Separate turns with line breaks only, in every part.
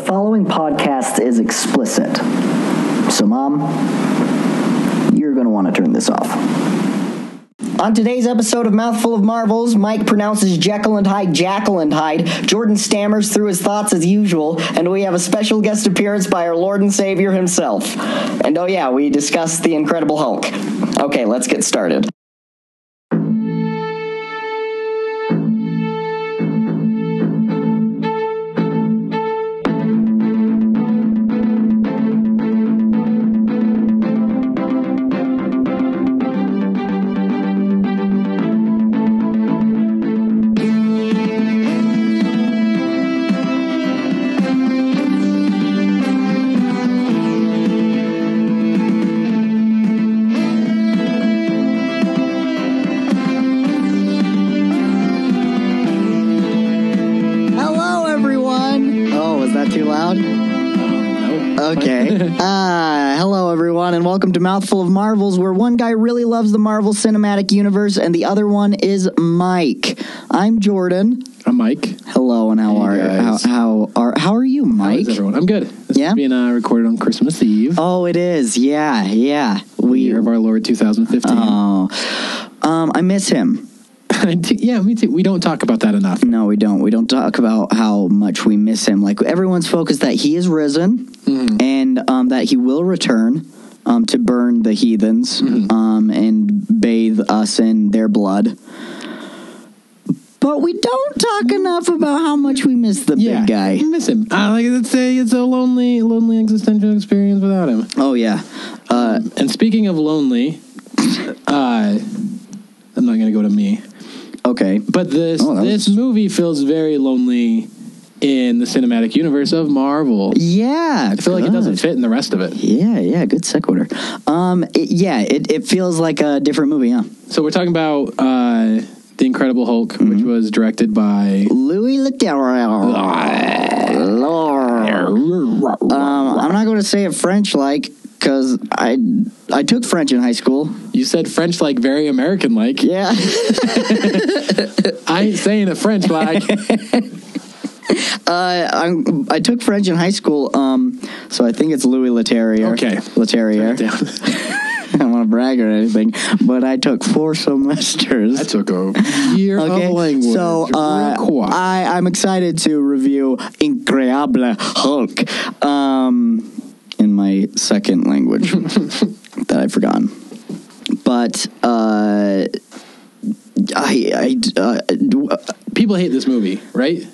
following podcast is explicit. So, Mom, you're going to want to turn this off. On today's episode of Mouthful of Marvels, Mike pronounces Jekyll and Hyde Jackal and Hyde. Jordan stammers through his thoughts as usual, and we have a special guest appearance by our Lord and Savior himself. And oh, yeah, we discussed the Incredible Hulk. Okay, let's get started. Hello, everyone. Oh, was that too loud? Okay. Uh, hello, everyone, and welcome to Mouthful of Marvels, where one guy really loves the Marvel Cinematic Universe and the other one is Mike. I'm Jordan.
I'm Mike.
Hello, and how
Hey,
are how,
guys.
how are how are you,
How
Mike?
is everyone? I'm good. This
Yeah?
is being uh, recorded on Christmas Eve,
oh, it is. Yeah, yeah.
the
We. Uh-huh.
year of our Lord 2015.
Oh, um, I miss him.
I do- yeah, me too. We don't talk about that enough.
No, we don't. We don't talk about how much we miss him. Like everyone's focused that he is risen and um, that he will return um, to burn the heathens um, and bathe us in their blood. But we don't talk enough about how much we miss the
Yeah,
big guy.
I miss him. I like it's a it's a lonely, lonely existential experience without him.
Oh yeah,
And speaking of lonely, uh, I'm not gonna go to me,
okay.
but this
Oh, that
this
was-
movie feels very lonely in the cinematic universe of Marvel.
Yeah,
I feel like it doesn't fit in the rest of it.
Yeah, yeah, good sequitur. Um, it, yeah, it, it feels like a different movie, huh?
So we're talking about uh, the Incredible Hulk,
Mm-hmm.
which was directed by
Louis Leterrier. Lord. Um, I'm not going to say it French like because I I took French in high school.
you said French like very American like.
Yeah,
I ain't saying it French like.
uh, I'm, I took French in high school. Um, so I think it's Louis Leterrier.
Okay.
Leterrier. I don't want to brag or anything, but I took four semesters.
I took a year
okay,
of language.
so uh,
real quick.
I, I'm excited to review Incredible Hulk um, in my second language that I've forgotten. But uh, I, I uh, d-
people hate this movie, right?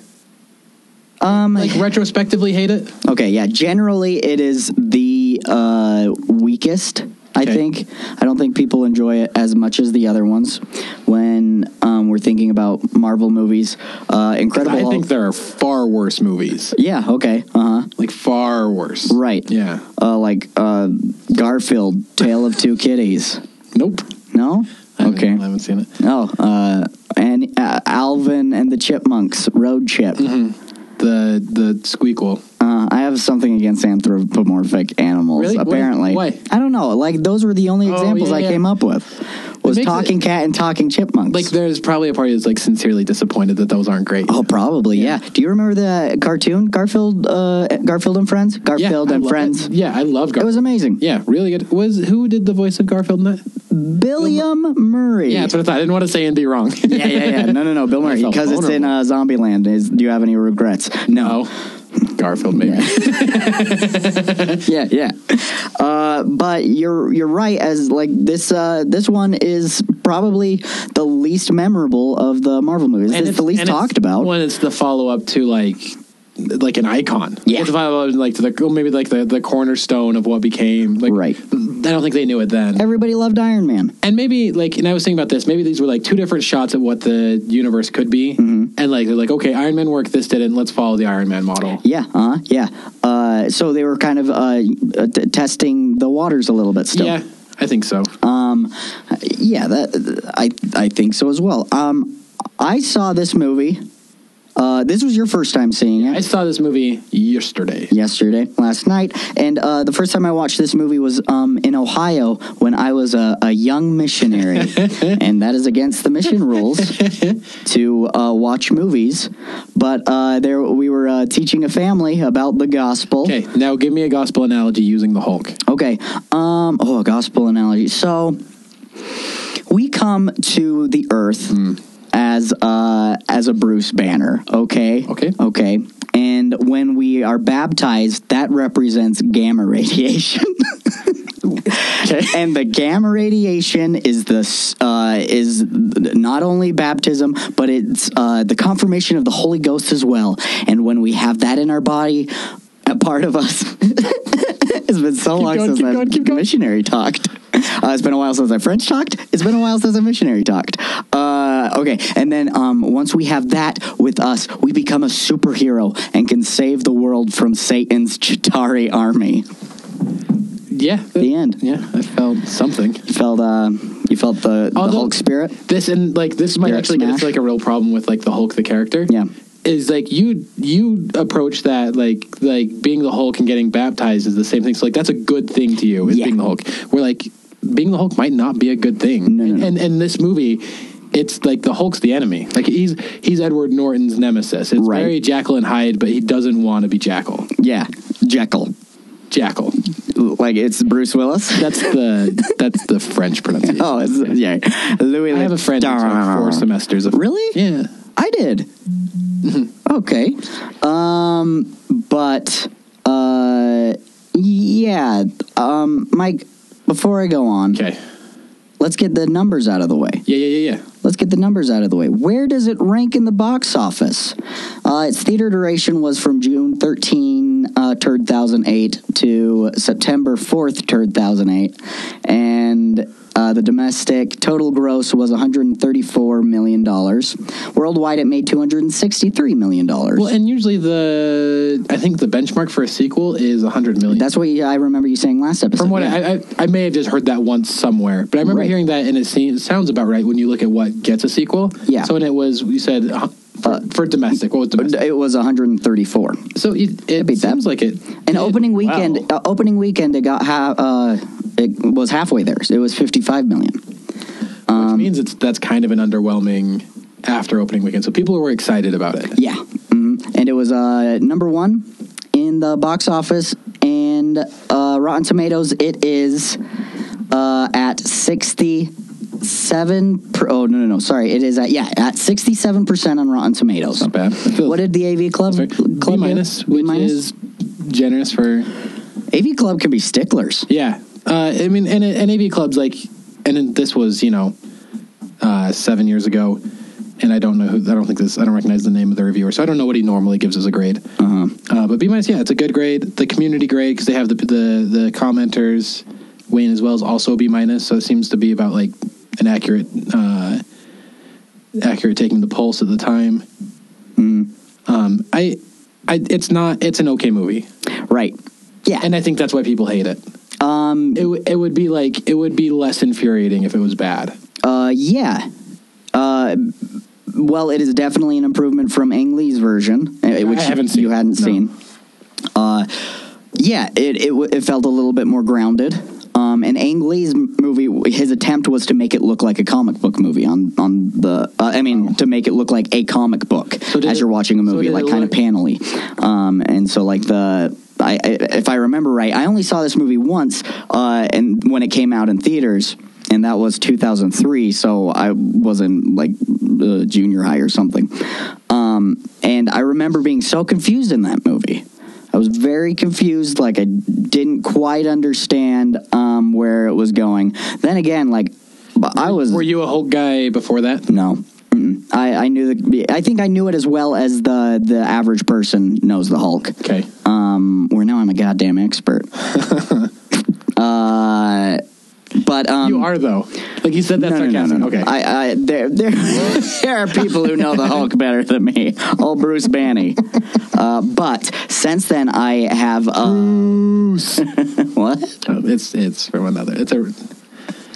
um,
Like retrospectively hate it.
okay, yeah. Generally, it is the uh, weakest. I
Okay.
think I don't think people enjoy it as much as the other ones. When um, we're thinking about Marvel movies, uh, Incredible.
I
Hulk-
think there are far worse movies.
Yeah. Okay. Uh huh.
Like far worse.
Right.
Yeah.
Uh, like uh, Garfield, Tale of Two Kitties.
Nope.
No.
I haven't-
Okay.
I haven't seen it.
Oh, uh, and uh, Alvin and the Chipmunks, Road Chip.
Mm-hmm. The the squeakle.
Uh, I have something against anthropomorphic animals.
Really? Why-
Apparently,
why?
I don't know. Like those were the only
Oh,
examples
yeah,
I
yeah.
came up with. Was
makes
talking
it-
cat and talking chipmunks.
Like there's probably a party that's like sincerely disappointed that those aren't great.
Oh, probably yeah. Do you remember the cartoon Garfield? Uh, Garfield and Friends.
yeah,
Garfield
I
and
love
Friends.
It. Yeah, I love Garfield.
It was amazing.
Yeah, really good. Was who did the voice of Garfield in that?
Billiam Murray.
Yeah, that's what I thought. I didn't want to say and be wrong.
yeah, yeah, yeah. No, no, no. Bill Murray,
felt
because it's in uh, Zombieland. Is do you have any regrets? No.
oh, Garfield maybe.
Yeah, yeah. Uh, but you're you're right. As like this uh, this one is probably the least memorable of the Marvel movies. It's, the least
and it's-
talked about.
When it's the follow up to like like an icon.
Yeah.
It's the follow up like to the well, maybe like the, the cornerstone of what became like
Right.
I don't think they knew it then.
Everybody loved Iron Man.
and maybe like and I was thinking about this, maybe these were like two different shots at what the universe could be. And like they're like, okay, Iron Man worked, this didn't, let's follow the Iron Man model.
Yeah, uh, yeah. Uh, so they were kind of uh, t- testing the waters a little bit still.
Yeah, I think so.
Um, yeah, that I I think so as well. Um, I saw this movie Uh, this was your first time seeing it.
I saw this movie yesterday.
yesterday, last night, and uh, the first time I watched this movie was um, in Ohio when I was a, a young missionary, and that is against the mission rules to uh, watch movies. But uh, there, we were uh, teaching a family about the gospel.
Okay, now give me a gospel analogy using the Hulk.
Okay. Um. Oh, a gospel analogy. So we come to the earth as uh as a Bruce Banner. Okay.
Okay.
Okay. And when we are baptized, that represents gamma radiation. and the gamma radiation is the s- uh, is not only baptism, but it's uh, the confirmation of the Holy Ghost as well. And when we have that in our body, a part of us. it's been so long
going,
since
keep
I've
going, keep
missionary talked. Uh, it's been a while since I French talked. It's been a while since I missionary talked. Uh, okay, and then um, once we have that with us, we become a superhero and can save the world from Satan's Chitari army.
Yeah.
The end.
Yeah, I felt something.
You felt uh, you felt the, the
Although-
Hulk spirit.
This and like this might
You're at
actually get
Smash?
into like a real problem with like the Hulk the character.
Yeah.
Is like you you approach that like like being the Hulk and getting baptized is the same thing. So like that's a good thing to you is
Yeah.
being the Hulk. Where like being the Hulk might not be a good thing.
No, no, no.
And and this movie it's like the Hulk's the enemy. Like he's he's Edward Norton's nemesis. It's
Right.
very Jackal and Hyde, but he doesn't want to be Jackal.
Yeah, Jekyll.
Jackal.
Like it's Bruce Willis.
That's the that's the French pronunciation.
Oh, it's, yeah. Louis.
I have a friend who took four semesters of
Really?
Yeah.
I did. okay. Um, but uh, yeah. Um, Mike, before I go on,
Okay.
let's get the numbers out of the way.
Yeah, yeah, yeah, yeah.
Let's get the numbers out of the way. Where does it rank in the box office? Uh, its theater duration was from June 13, uh, 2008 to September 4th, 2008. And uh, the domestic total gross was $134 million. Worldwide, it made $263 million.
Well, and usually the I think the benchmark for a sequel is 100 million.
That's what you, I remember you saying last episode.
from what
Yeah.
I, I I may have just heard that once somewhere, but I remember
Right.
hearing that and it, seems, it sounds about right when you look at what gets a sequel.
Yeah.
So and it was you said uh, for, for domestic. What was domestic?
It was 134.
so it, it
beat uh, that.
seems like it.
And
did
opening weekend,
well.
uh, opening weekend, it got ha- uh, it was halfway there. It was 55 million. um,
which means it's that's kind of an underwhelming after opening weekend. So people were excited about it.
Yeah, hmm and it was uh, number one in the box office, and uh, Rotten Tomatoes. It is uh, at sixty-seven. Per- oh no, no, no! Sorry, it is at yeah at sixty-seven percent on Rotten Tomatoes.
Not bad.
What did the AV Club?
Sorry.
do?
Clay minus,
B
which
minus?
is generous for
AV Club can be sticklers.
Yeah, uh, I mean, and and AV clubs like, and then this was you know, uh, seven years ago, and I don't know who I don't think this I don't recognize the name of the reviewer, so I don't know what he normally gives as a grade.
Uh-huh.
Uh, but B minus, yeah, it's a good grade. The community grade because they have the the the commenters. Wayne as well is also a B minus, so it seems to be about like an accurate, uh, accurate taking the pulse at the time. Um, I, I, it's not, it's an okay movie,
Right. Yeah.
and I think that's why people hate it
um.
it, w- it would be like it would be less infuriating if it was bad.
Uh. Yeah. Uh. Well, it is definitely an improvement from Ang Lee's version, eh, which
I haven't seen
you
it,
hadn't
no.
seen. Uh, yeah, it, it w- it felt a little bit more grounded. Um, and Ang Lee's m- movie, his attempt was to make it look like a comic book movie on on the. Uh, I mean, to make it look like a comic book
Oh. So did
as
it-
you're watching a
so
movie,
did
like
it
kind of
look-
panely. Um, and so like the. I, I, if I remember right, I only saw this movie once, uh, and when it came out in theaters, and that was 2003. So I was in like uh, junior high or something, um, and I remember being so confused in that movie. I was very confused. Like I didn't quite understand um, where it was going. Then again, like but I was
Were you a Hulk guy before that?
no. Mm-mm. I, I knew the. I think I knew it as well as the the average person knows the Hulk.
Okay.
Um, where now I'm a goddamn expert. uh, but um,
you are though. Like you said that
no, no, no, no,
sarcasm.
no.
Okay.
I, I, there, there, there are people who know the Hulk better than me. Old Bruce Banny. Uh, but since then, I have. Uh,
Bruce.
what?
Oh, it's it's from another. It's a.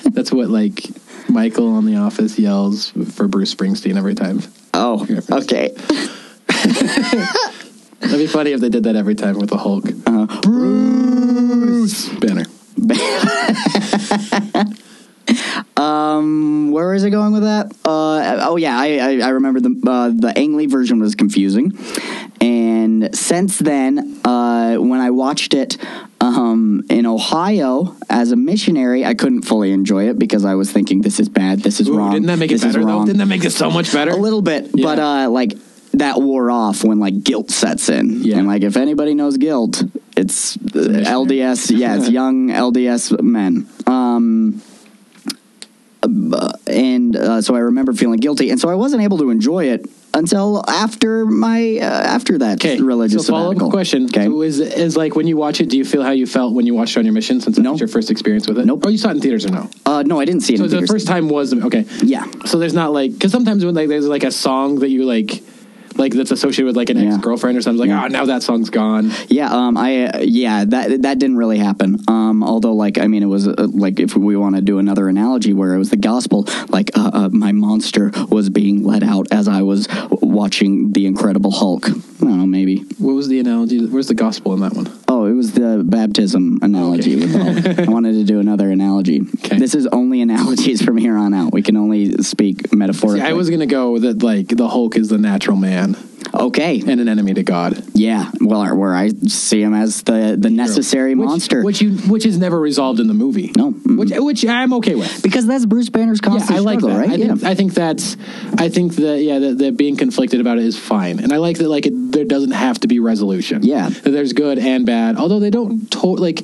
That's what like Michael on The Office yells for Bruce Springsteen every time.
Oh, okay.
That'd be funny if they did that every time with the Hulk.
Uh-huh.
Bruce Banner.
Um, where is it going with that? Uh, oh yeah, I I, I remember the uh, the Ang Lee version was confusing, and since then, uh, when I watched it. Um, in Ohio, as a missionary, I couldn't fully enjoy it because I was thinking, "This is bad. This is
Ooh,
wrong.
Didn't that make it
this is
better though?
wrong."
Didn't that make it so much better?
A little bit,
Yeah.
but uh, like that wore off when like guilt sets in.
Yeah.
And like if anybody knows guilt, it's uh, LDS. Yeah, it's young LDS men. Um, uh, and uh, so I remember feeling guilty, and so I wasn't able to enjoy it until after my uh, after that
Okay.
religious
so follow up
sabbatical.
question.
Okay.
So is is like when you watch it? Do you feel how you felt when you watched it on your mission? Since that
No.
was your first experience with it.
Nope.
Oh, you saw it in theaters or no?
uh, no, I didn't see it.
So
in
the
theaters.
first time was okay.
Yeah.
So there's not like because sometimes when like there's like a song that you like, like that's associated with like an
Yeah.
ex girlfriend or something. Like
Yeah.
oh, now that song's gone.
Yeah, um, I uh, yeah that that didn't really happen. Um, although, like, I mean, it was uh, like if we want to do another analogy where it was the gospel, like uh, uh, my monster was being let out as I was watching The Incredible Hulk. I don't know, maybe.
What was the analogy? Where's the gospel in that one?
Oh, it was the baptism analogy. with Hulk. I wanted to do another analogy.
Okay.
This is only analogies from here on out. We can only speak metaphorically.
See, I was gonna go that like the Hulk is the natural man
okay.
and an enemy to God.
Yeah. Well, uh, where I see him as the the necessary
Which-
monster.
which you which is never resolved in the movie.
No. Mm-mm.
which which I'm okay with.
because that's Bruce Banner's
Yeah,
constant
I like
struggle,
that.
right?
I, think, I think that's, I think that yeah, that, that being conflicted about it is fine, and I like that. Like, it, there doesn't have to be resolution.
Yeah.
that there's good and bad. Although they don't to- like,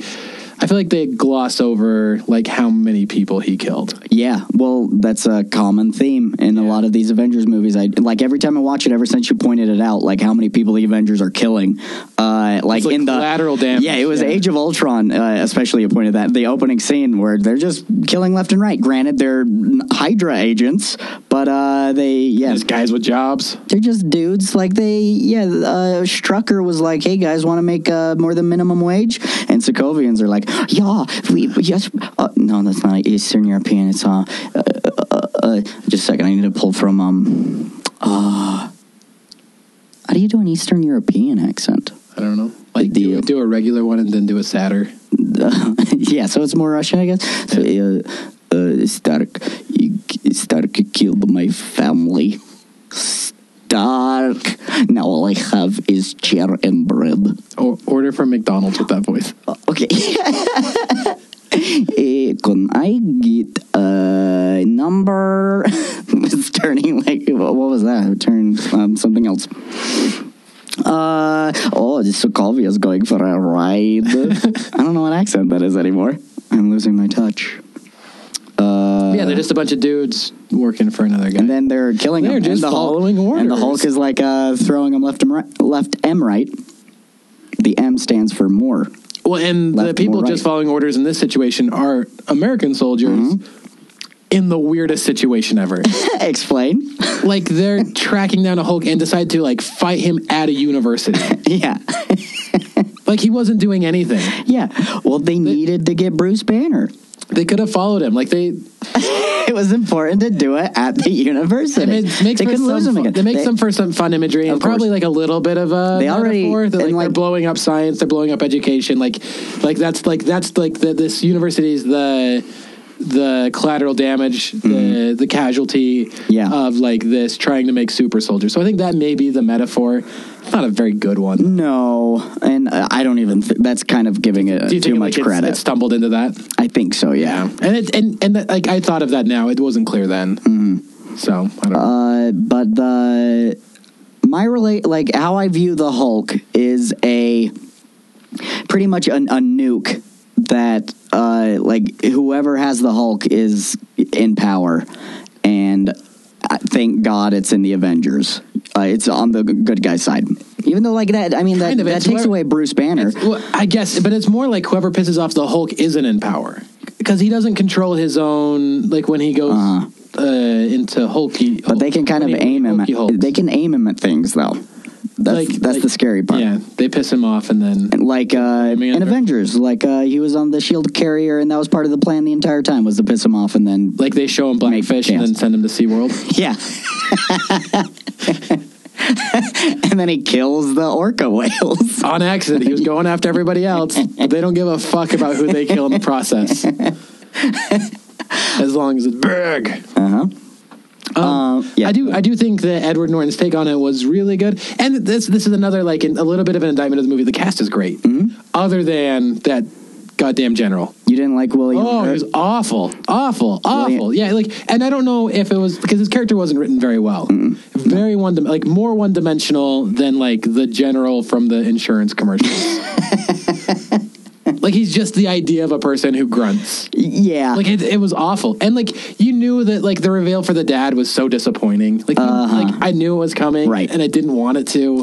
I feel like they gloss over like how many people he killed.
Yeah, well, that's a common theme in a lot of these Avengers movies. I like every time I watch it. Ever since you pointed it out, like how many people the Avengers are killing, uh, like,
like
in the
collateral damage,
Yeah, it was
yeah.
Age of Ultron, uh, especially you pointed that the opening scene where they're just killing left and right. Granted, they're Hydra agents, but uh, they yeah,
These guys with jobs.
they're just dudes. Like they, yeah. Uh, Strucker was like, "Hey guys, want to make uh, more than minimum wage?" And Sokovians are like, "Yeah, we yes." Uh, no, that's not Eastern European. It's uh, uh, uh, uh, uh, just a second. I need to pull from um. Uh, how do you do an Eastern European accent?
I don't know. Like,
The-
do, do a regular one and then do a sadder.
yeah, so it's more Russian, I guess. So, uh, uh, Stark, Stark killed my family. Stark. Now all I have is chair and bread.
Or, order from McDonald's with that voice.
Okay. Eh, can I get a number? it's turning like what what was that? It turned um, something else. Uh oh, this Sokovia is going for a ride. I don't know what accent that is anymore. I'm losing my touch. Uh,
yeah, they're just a bunch of dudes working for another guy.
and then they're killing
They're
him.
just
and the
following
Hulk, And the
orders.
Hulk is like uh, throwing him left and right, left M right. The M stands for more.
Well, and the
Left,
people
more, right.
just following orders in this situation are American soldiers
Mm-hmm.
in the weirdest situation ever.
Explain.
like they're tracking down a Hulk and decide to like fight him at a university.
Yeah.
like he wasn't doing anything.
Yeah. Well, they needed to get Bruce Banner.
They could have followed him. Like they,
It was important to do it at the university.
it makes, makes
they
for
couldn't
some
lose him
fun-
again.
It makes
They-
them for some fun imagery and
Of course.
probably like a little bit of a
They already-
metaphor that, like,
and, like-
they're blowing up science, they're blowing up education. Like, like that's like that's like the, this university is the the collateral damage, the the casualty
Mm-hmm. Yeah.
of like this trying to make super soldiers. So I think that may be the metaphor. It's not a very good one.
Mm, No, and uh, I don't even. Th- that's kind of giving it
Do you
too
think,
much
like, it's-
credit.
It stumbled into that.
I think so. Yeah.
and it, and and that, like I thought of that now. It wasn't clear then.
Mm-hmm.
So I don't know.
Uh, but the my relate like how I view the Hulk is a pretty much an, a nuke that uh, like whoever has the Hulk is in power, and I thank God it's in the Avengers. Uh, it's on the good guy side, even though like that. I mean that,
Kind of,
that
it's
takes away
where-
Bruce Banner.
well, I guess, but it's more like whoever pisses off the Hulk isn't in power because he doesn't control his own. Like when he goes uh into Hulky,
Uh-huh. But they can kind of
when he-
aim him.
Hulky Hulk.
At, they can aim him at things though. That's
Like-
that's
like-
the scary part.
Yeah, they piss him off, and then
like uh,
mean,
in
they're-
Avengers, like uh, he was on the shield carrier, and that was part of the plan the entire time was to piss him off, and then
like they show him
Make
Blackfish and then
chance.
send him to SeaWorld.
yeah, and then he kills the orca whales.
on accident. He was going after everybody else. But they don't give a fuck about who they kill in the process. as long as it's big.
Uh-huh.
Um,
Uh, yeah.
I do. I do think that Edward Norton's take on it was really good, and this this is another like an, a little bit of an indictment of the movie. The cast is great,
Mm-hmm.
other than that goddamn general.
You didn't like William. uh,
Oh,
Hurt?
he was awful, awful,
William-
awful. Yeah, like, and I don't know if it was because his character wasn't written very well.
Mm-hmm.
Very one, dim- like more one dimensional than like the general from the insurance commercials. like he's just the idea of a person who grunts.
yeah.
Like it, it was awful, and like you knew that like the reveal for the dad was so disappointing. Like, you- like I knew it was coming,
Uh-huh. Right.
And I didn't want it to.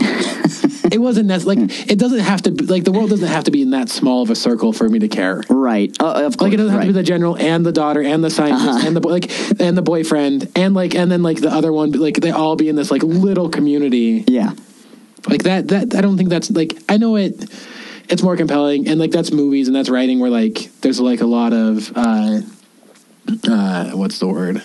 it wasn't that like it doesn't have to be like the world doesn't have to be in that small of a circle for me to care.
right. Uh, of course.
Like it doesn't have
right. Uh-huh.
to be the general and the daughter and the scientist and the boy like and the boyfriend and like and then like the other one. but, Like they all be in this like little community.
Yeah.
Like that. That I don't think that's like I know it. It's more compelling and like that's movies and that's writing where like there's like a lot of uh, uh, what's the word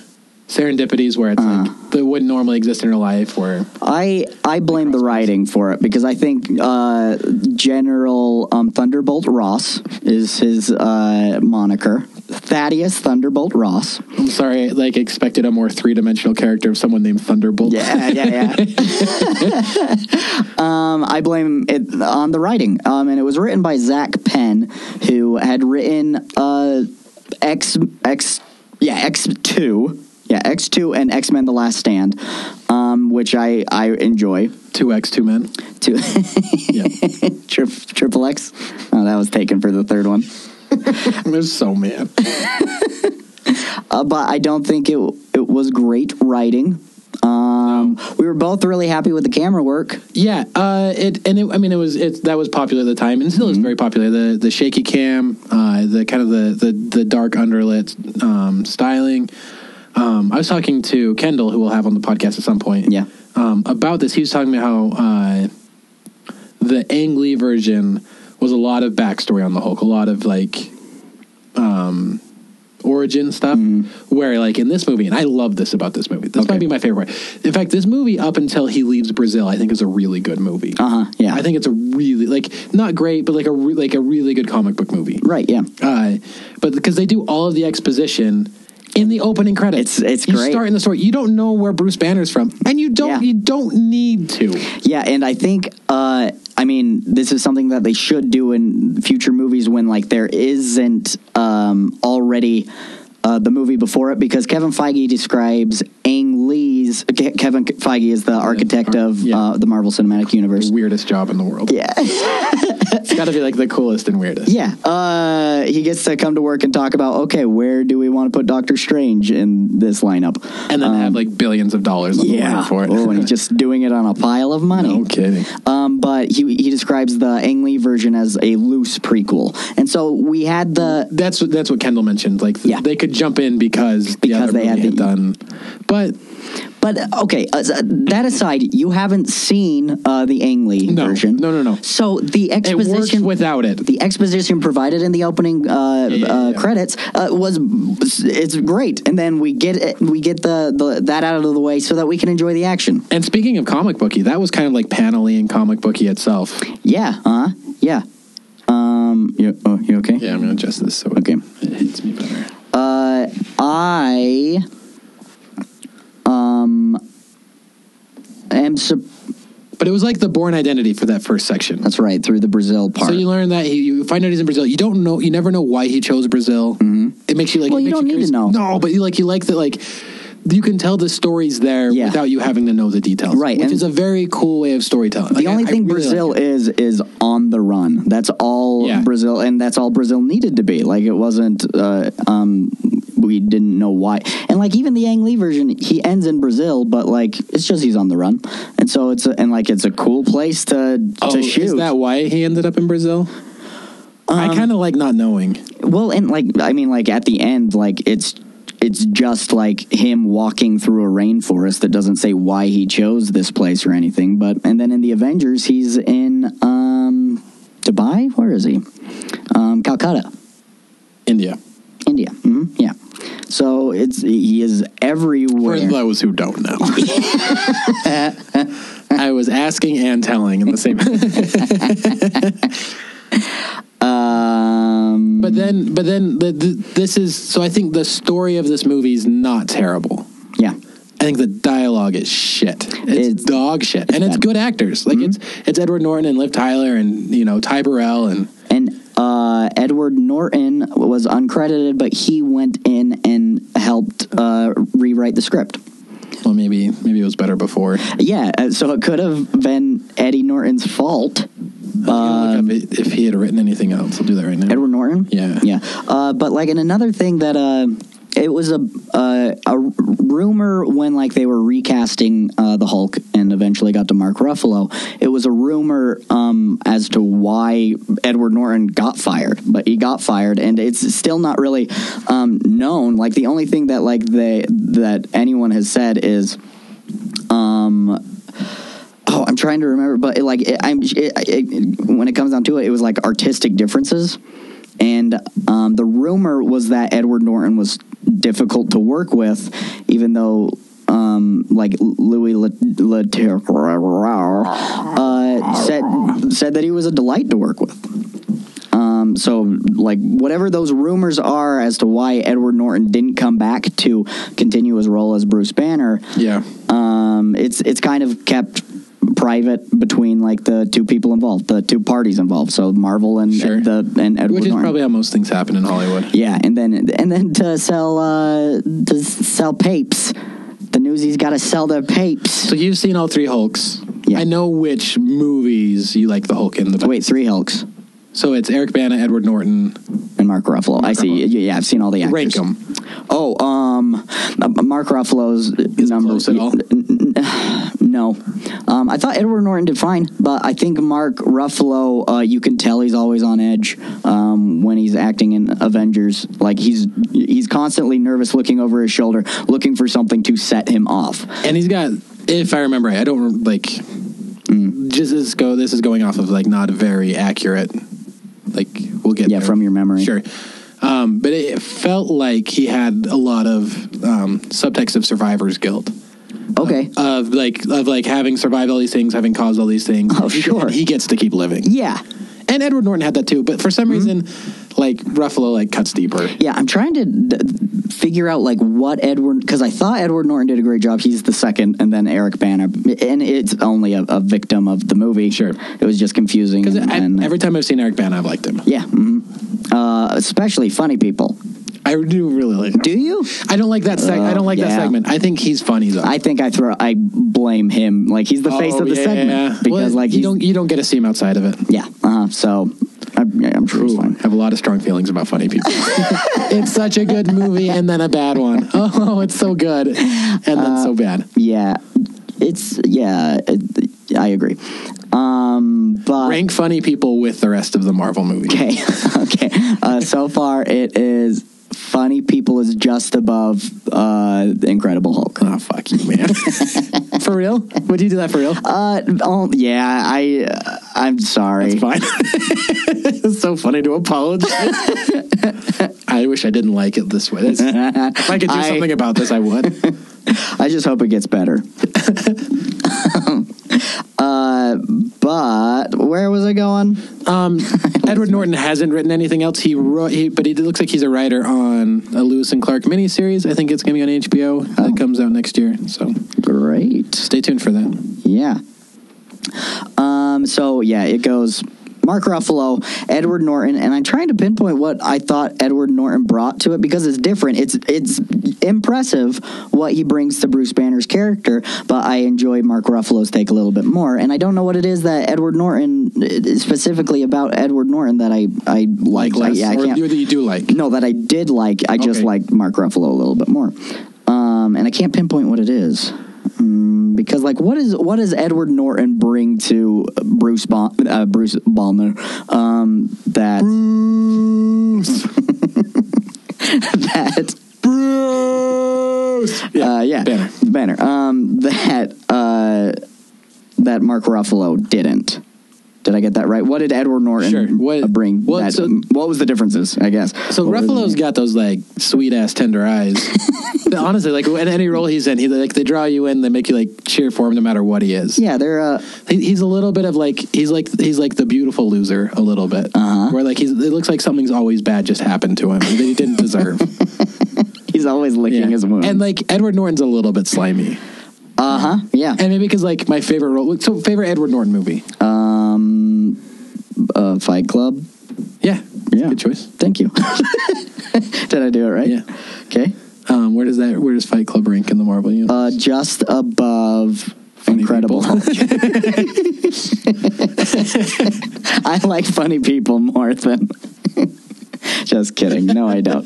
serendipities where it's like that wouldn't normally exist in real life. Where
I I blame the writing for it because I think uh, General um, Thunderbolt Ross is his uh, moniker. Thaddeus Thunderbolt Ross.
I'm sorry, I, like expected a more three dimensional character of someone named Thunderbolt.
Yeah, yeah, yeah. um, I blame it on the writing, um, and it was written by Zach Penn, who had written uh, X X yeah X two yeah X two and X Men: The Last Stand, um, which I I enjoy.
Two X, two men.
Two
Yeah,
tri- triple X. Oh, that was taken for the third one.
I'm so mad.
uh, but I don't think it it was great writing. Um, We were both really happy with the camera work.
Yeah, uh, it and it, I mean it was it that was popular at the time and still is very popular. The the shaky cam, uh, the kind of the the, the dark underlit um, styling. Um, I was talking to Kendall, who we'll have on the podcast at some point.
Yeah.
um, about this, he was talking about how uh, the Ang Lee version was a lot of backstory on the Hulk, a lot of like origin stuff
Mm-hmm.
where like in this movie and i love this about this movie this might be my favorite part in fact this movie up until he leaves brazil i think is a really good movie
Uh-huh, yeah.
i think it's a really like not great but like a re- like a really good comic book movie
Right? Yeah.
uh, but because they do all of the exposition in the opening credits
It's- it's
you
great.
start in the story you don't know where bruce banner's from and you don't
Yeah.
you don't need to
Yeah, and I think uh, I mean this is something that they should do in future movies when like there isn't um, already uh, the movie before it because Kevin Feige describes Ang Lee's uh, Ke- Kevin Feige is the architect
ar-
of
yeah.
uh, the Marvel Cinematic Universe.
weirdest job in the world
Yeah,
it's got to be like the coolest and weirdest
yeah. Uh, he gets to come to work and talk about okay, where do we want to put Doctor Strange in this lineup?
and then have like billions of dollars on the
Yeah,
line for it
oh, and he's just doing it on a pile of money.
no kidding
Um, but he he describes the Ang Lee version as a loose prequel, and so we had the
that's what that's what Kendall mentioned. Like th-
Yeah.
they could jump in because the
Because
other
they
movie
had
had
the-
done, but
but uh, okay. Uh, s- uh, that aside, you haven't seen uh, the Ang Lee
No.
version.
No, no, no.
So the
it worked
exposition
without it.
the exposition provided in the opening uh, uh,
yeah, yeah.
credits uh, was it's great, and then we get it, we get the, the that out of the way so that we can enjoy the action.
and speaking of comic booky, that was kind of like panelly and comic booky itself.
Yeah. Uh. Yeah. Um. You, oh, you okay?
Yeah, I'm gonna adjust this so it,
Okay.
it hits me better.
Uh, I um am. Su-
But it was like the born identity for that first section.
that's right through the Brazil part.
so you learn that he, you find out he's in Brazil. You don't know. You never know why he chose Brazil. It makes you like.
Mm-hmm. Well,
it
you
makes
don't need to
curious.
know.
No, but you like you like that like. You can tell the stories there
Yeah.
without you having to know the details,
Right,
Which
and-
is a very cool way of storytelling.
the only thing Brazil is is on the run. That's all
Yeah.
Brazil, and that's all Brazil needed to be. Like it wasn't. Uh, um, we didn't know why, and like even the Ang Lee version, he ends in Brazil, but like it's just he's on the run, and so it's a, and like it's a cool place to
Oh,
to shoot.
is that why he ended up in Brazil?
Um,
I kind of like not knowing.
Well, and like I mean, like at the end, like it's it's just like him walking through a rainforest that doesn't say why he chose this place or anything. But and then in the Avengers, he's in um, Dubai. Where is he? Um, Calcutta,
India.
India. hmm Yeah. So it's he is
For
everywhere.
those who don't know. I was asking and telling in the same.
Um,
but then, but then, the, the, this is so. I think the story of this movie is not terrible.
yeah,
I think the dialogue is shit. It's,
It's-
dog shit, and it's
bad. Mm-hmm.
good actors. Like it's it's Edward Norton and Liv Tyler and you know Ty Burrell and
and uh, Edward Norton was uncredited, but he went in and helped uh, rewrite the script.
well maybe maybe it was better before.
Yeah, uh, so it could have been Eddie Norton's fault.
I'm gonna look up i- if he had written anything else, I'll do that right now.
Um, Edward Norton.
Yeah.
yeah. Uh, but like, and another thing that uh, it was a uh, a rumor when like they were recasting uh, the Hulk and eventually got to Mark Ruffalo. It was a rumor um, as to why Edward Norton got fired, but he got fired, and it's still not really um, known. Like the only thing that like they that anyone has said is. Oh, I'm trying to remember, but it, like it, I'm it, it, when it comes down to it, it was like artistic differences, and um, the rumor was that Edward Norton was difficult to work with, even though um, like Louis Leterrier uh, said said that he was a delight to work with. Um, so, like, whatever those rumors are as to why Edward Norton didn't come back to continue his role as Bruce Banner,
yeah,
um, it's it's kind of kept private between like the two people involved, the two parties involved. So Marvel and,
Sure.
and the and Edward
which is
Norton.
probably how most things happen in Hollywood.
yeah, and then and then to sell uh, to s- sell papes, the newsies got to sell their papes.
So you've seen all three Hulks.
Yeah.
I know which movies you like the Hulk in the best.
Wait, three Hulks
So it's Eric Bana, Edward Norton.
and Mark Ruffalo. I see.
Ruffalo.
Yeah, yeah, I've seen all the actors.
Rank them.
Oh, um, Mark Ruffalo's number.
close at all?
No, um, I thought Edward Norton did fine, but I think Mark Ruffalo. Uh, you can tell he's always on edge um, when he's acting in Avengers. Like he's he's constantly nervous, looking over his shoulder, looking for something to set him off.
and he's got if i remember right i don't rem- like
Mm.
just this go this is going off of like not very accurate like we'll get
Yeah,
there.
from your memory.
sure um, but it felt like he had a lot of um, subtext of survivor's guilt
Okay. uh,
of like of like having survived all these things having caused all these things
Oh,
He-
sure.
he gets to keep living
yeah.
and edward norton had that too but for some reason like ruffalo like cuts deeper
Mm-hmm. Yeah, I'm trying to d- figure out like what Edward because I thought Edward Norton did a great job. He's the second, and then Eric Banner, and it's only a, a victim of the movie.
Sure.
it was just confusing.
because
and- and-
every time i've seen eric bana i've liked him
yeah, mhm. uh, especially funny people.
i do really like him.
Do you?
i don't like that seg- i don't like that
yeah.
segment i think he's funny though
I think I throw I blame him. Like he's the face
Oh,
of the
yeah,
segment
yeah, yeah.
because
Well,
like
you
he's,
don't you don't get to see him outside of it.
yeah. Uh-huh, so I'm, I'm sure he's
I
fine.
have a lot of strong feelings about funny people. it's such a good movie and then a bad one. Oh, it's so good and then
Uh,
so bad.
Yeah, it's yeah. It, I agree. Um, but
Rank funny people with the rest of the Marvel movie.
Okay, okay. Uh, so far, it is funny. People is just above uh, the Incredible Hulk.
Oh fuck you, man. for real? Would you do that for real?
Uh, oh, yeah. I uh, I'm sorry.
It's fine. it's so funny to apologize. I wish I didn't like it this way. That's- if I could do
I-
something about this, I would.
I just hope it gets better. uh, but where was I going?
Um, Edward Norton hasn't written anything else. He wrote, he, but he it looks like he's a writer on a Lewis and Clark miniseries. I think it's going to be on HBO. That comes out next year. So
Great.
stay tuned for that.
Yeah. Um, so yeah, it goes Mark Ruffalo, Edward Norton, and I'm trying to pinpoint what I thought Edward Norton brought to it because it's different. It's it's impressive what he brings to Bruce Banner's character, but I enjoy Mark Ruffalo's take a little bit more. And I don't know what it is that Edward Norton specifically about Edward Norton that I I like.
less,
yeah, I
or
can't.
you- that you do like.
No, that I did like. I just
Okay.
liked Mark Ruffalo a little bit more, um, and I can't pinpoint what it is Mm, because, like, what is what does Edward Norton bring to Bruce ba- uh, Bruce Ballmer um, that
Bruce,
that
Bruce. Yeah,
uh, yeah
Banner.
Banner, um, that uh, that Mark Ruffalo didn't. Did I get that right? What did Edward Norton
Sure. What-
uh, bring?
what-
that-
so-
what was the differences? I guess.
So
What were the-
Ruffalo's got those like sweet ass tender eyes. Honestly, like in any role he's in, he like they draw you in, they make you like cheer for him no matter what he is.
Yeah, they're. Uh,
He, he's a little bit of like he's like he's like the beautiful loser a little bit.
Uh-huh.
Where like he's it looks like something's always bad just happened to him that he didn't deserve.
he's always licking
Yeah.
his wounds.
And like Edward Norton's a little bit slimy.
uh huh. Yeah.
And maybe because like my favorite role, so favorite Edward Norton movie.
um, uh, Fight Club.
Yeah,
Yeah.
good choice.
Thank you. Did I do it right?
Yeah.
Okay.
Um, where does that where does Fight Club rank in the Marvel
Uh,
universe?
just above
Funny
Incredible
people.
Hulk. I like funny people more than. just kidding. No, I don't.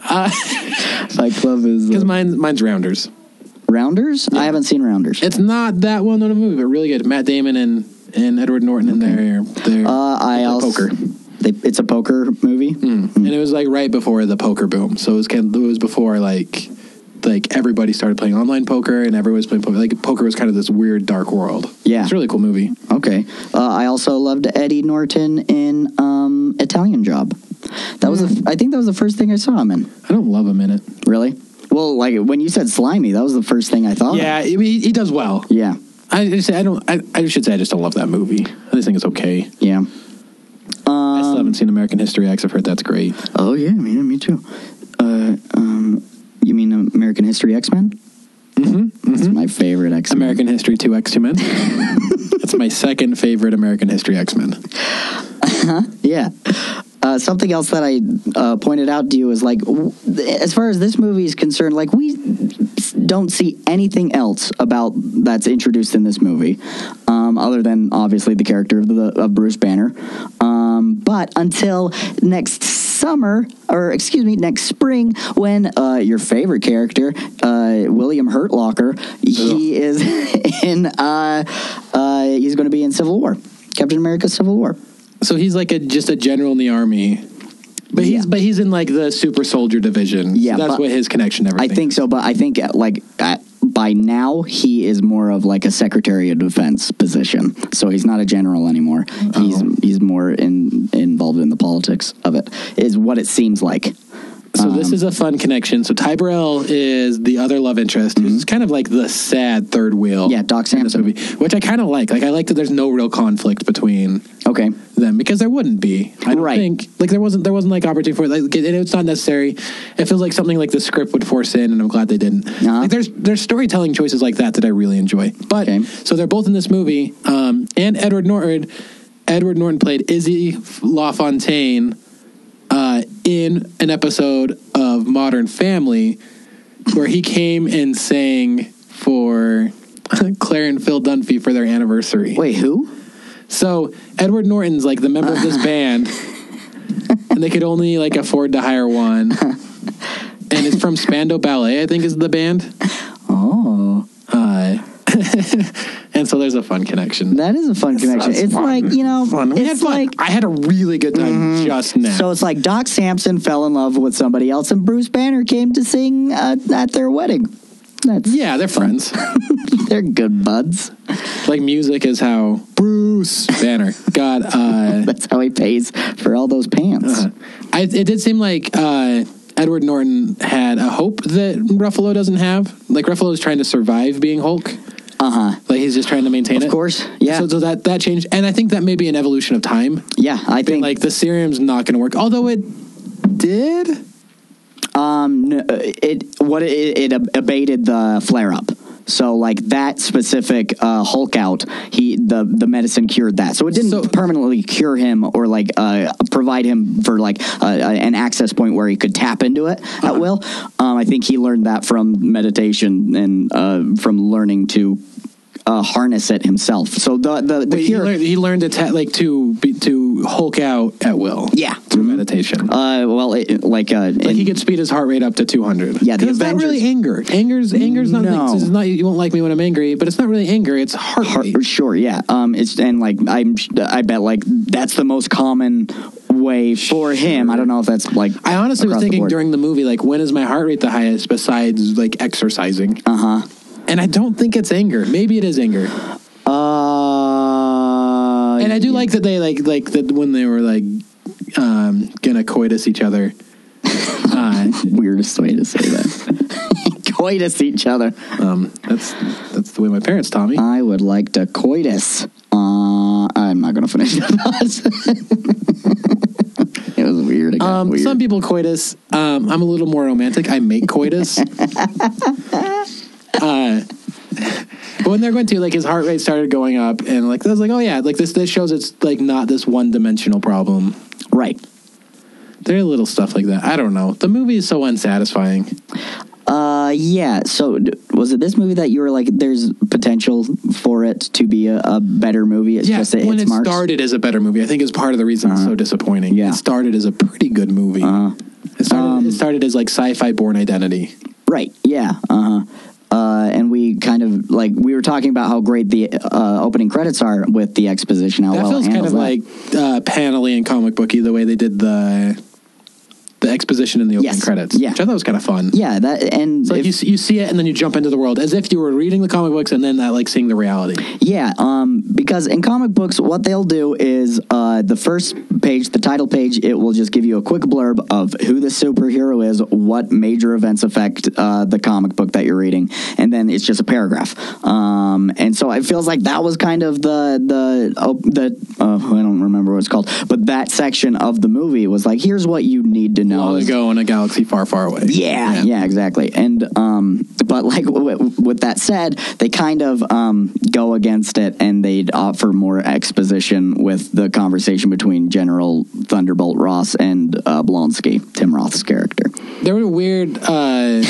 Fight Club is
Because
uh,
mine mine's Rounders.
Rounders. I haven't seen Rounders.
It's not that well known a movie, but really good. Matt Damon and, and Edward Norton in there. Their,
Uh, I
their
also Hmm.
poker. Hmm.
They, it's a poker movie.
And it was like right before the poker boom. So it was kind of, it was before like like everybody started playing online poker and everyone was playing poker. Like poker was kind of this weird dark world.
Yeah.
It's a really cool movie.
Okay. Uh, I also loved Eddie Norton in um, Italian Job. That was the, I think that was the first thing I saw him in.
I don't love him in it.
Really? Well, like when you said slimy, that was the first thing I thought. of.
Yeah, he, he he does well.
Yeah.
I just I don't I, I should say I just don't love that movie. I just think it's okay.
Yeah.
I
Um,
still haven't seen American History X. I've heard that's great.
Oh yeah, me, me too. Uh, um, you mean American History X Men? Mm-hmm. That's my favorite X Men.
American History 2 X 2 Men. That's my second favorite American History X Men.
Yeah. Uh, something else that I uh, pointed out to you is like, w- as far as this movie is concerned, like we s- don't see anything else about that's introduced in this movie, um, other than obviously the character of the of Bruce Banner. Um, but until next summer, or excuse me, next spring, when uh, your favorite character, uh, William Hurt Locker, he is in, uh, uh, he's going to be in Civil War, Captain America: Civil War.
So he's like a just a general in the army. But he's
Yeah.
but he's in like the super soldier division.
Yeah,
So that's
but-
what his connection to
I
everything.
think so, but I think uh, like uh, by now he is more of like a Secretary of Defense position, so he's not a general anymore. He's he's more in, involved in the politics of it, is what it seems like.
So
um,
this is a fun connection. So Ty Burrell is the other love interest. It's kind of like the sad third wheel.
Mm-hmm. Yeah, Doc
in this
Samson.
movie, which I kind of like. Like I like that there's no real conflict between
Okay,
them because there wouldn't be. I don't
Right.
think like there wasn't there wasn't like opportunity for it. Like and it's not necessary. It feels like something like the script would force in, and I'm glad they didn't.
Uh-huh.
Like there's there's storytelling choices like that that I really enjoy. But
Okay.
so they're both in this movie, um, and Edward Norton. Edward Norton played Izzy LaFontaine uh, in an episode of Modern Family where he came and sang for Claire and Phil Dunphy for their anniversary.
wait, who?
So Edward Norton's like the member of this band, and they could only like afford to hire one. And it's from Spando Ballet, I think, is the band.
Oh,
Uh, and so there's a fun connection.
that is a fun connection. It's like you know,
Fun. We had
it's
fun.
like. Mm-hmm.
I had a really good time just now.
So it's like Doc Samson fell in love with somebody else, and Bruce Banner came to sing uh, at their wedding. That's
yeah, they're friends.
they're good buds.
like music is how Bruce Banner got. Uh,
That's how he pays for all those pants.
Uh-huh. I, it did seem like uh, Edward Norton had a hope that Ruffalo doesn't have. Like Ruffalo is trying to survive being Hulk.
Uh huh.
Like he's just trying to maintain it.
Of course. Yeah.
So, so that that changed, and I think that may be an evolution of time.
yeah. I think
Like the serum's not going to work, although it did.
um no, it what it, it ab- abated the flare up. So like that specific uh, Hulk out, he the the medicine cured that. So it didn't
So-
permanently cure him or like uh, provide him for like uh, an access point where he could tap into it at
Uh-huh.
will. Um, I think he learned that from meditation and uh, from learning to uh, harness it himself. So the the, the
Wait, he
cure.
learned, he learned to ta- like to be, to Hulk out at will.
Yeah.
through meditation.
Uh, well, it, like uh,
like
in-
he could speed his heart rate up to 200.
Yeah, the
because that
Avengers-
really anger. Anger's anger's not,
No.
it's not. You won't like me when I'm angry, but it's not really anger. It's heart
Har-
rate.
sure, yeah. Um, it's and like I'm, I bet like that's the most common way for him. I don't know if that's like
I honestly was
across the
thinking
board.
during the movie, like, when is my heart rate the highest besides like exercising? Uh
Uh-huh.
huh. And I don't think it's anger. Maybe it is anger.
Uh,
and I do
yeah.
like that they like like that when they were like um, gonna coitus each other. uh,
weirdest way to say that. coitus each other.
um, that's that's the way my parents taught me.
I would like to coitus. Uh, I'm not going to finish that. thought. it was weird. It got
Um,
weird.
Some people coitus. Um, I'm a little more romantic. I make coitus. uh, but when they're going to, like his heart rate started going up, and like I was like, oh yeah, like this this shows it's like not this one dimensional problem.
right.
There are little stuff like that. I don't know. The movie is so unsatisfying.
Uh, yeah. So d- was it this movie that you were like, "There's potential for it to be a, a better movie"? It's
yeah,
just it
when
hits
it
marks. Uh-huh.
started as a better movie, I think is part of the reason it's so disappointing.
Yeah.
It started as a pretty good movie.
Uh-huh.
It started, it started as like sci-fi born identity.
Right. Yeah. Uh-huh. Uh, and we kind of like we were talking about how great the uh, opening credits are with the exposition. How
that
well it
feels kind
handles
of
that.
like uh, panelly and comic booky the way they did the the exposition in the opening
Yes.
credits,
Yeah.
which I thought was kind of fun.
yeah that and
So like
if-
you s- you see it and then you jump into the world as if you were reading the comic books and then uh, like seeing the reality.
Yeah, um, because in comic books, what they'll do is uh, the first page, the title page, it will just give you a quick blurb of who the superhero is, what major events affect uh, the comic book that you're reading, and then it's just a paragraph. Um, and so it feels like that was kind of the the oh, the uh, I don't remember what it's called, but that section of the movie was like, here's what you need to know.
Long
is-
ago in a galaxy far, far away.
Oh, yeah, yeah, exactly. And um, but like w- w- with that said, they kind of um, go against it, and they'd offer more exposition with the conversation between General Thunderbolt Ross and uh, Blonsky, Tim Roth's character.
There were weird. Uh,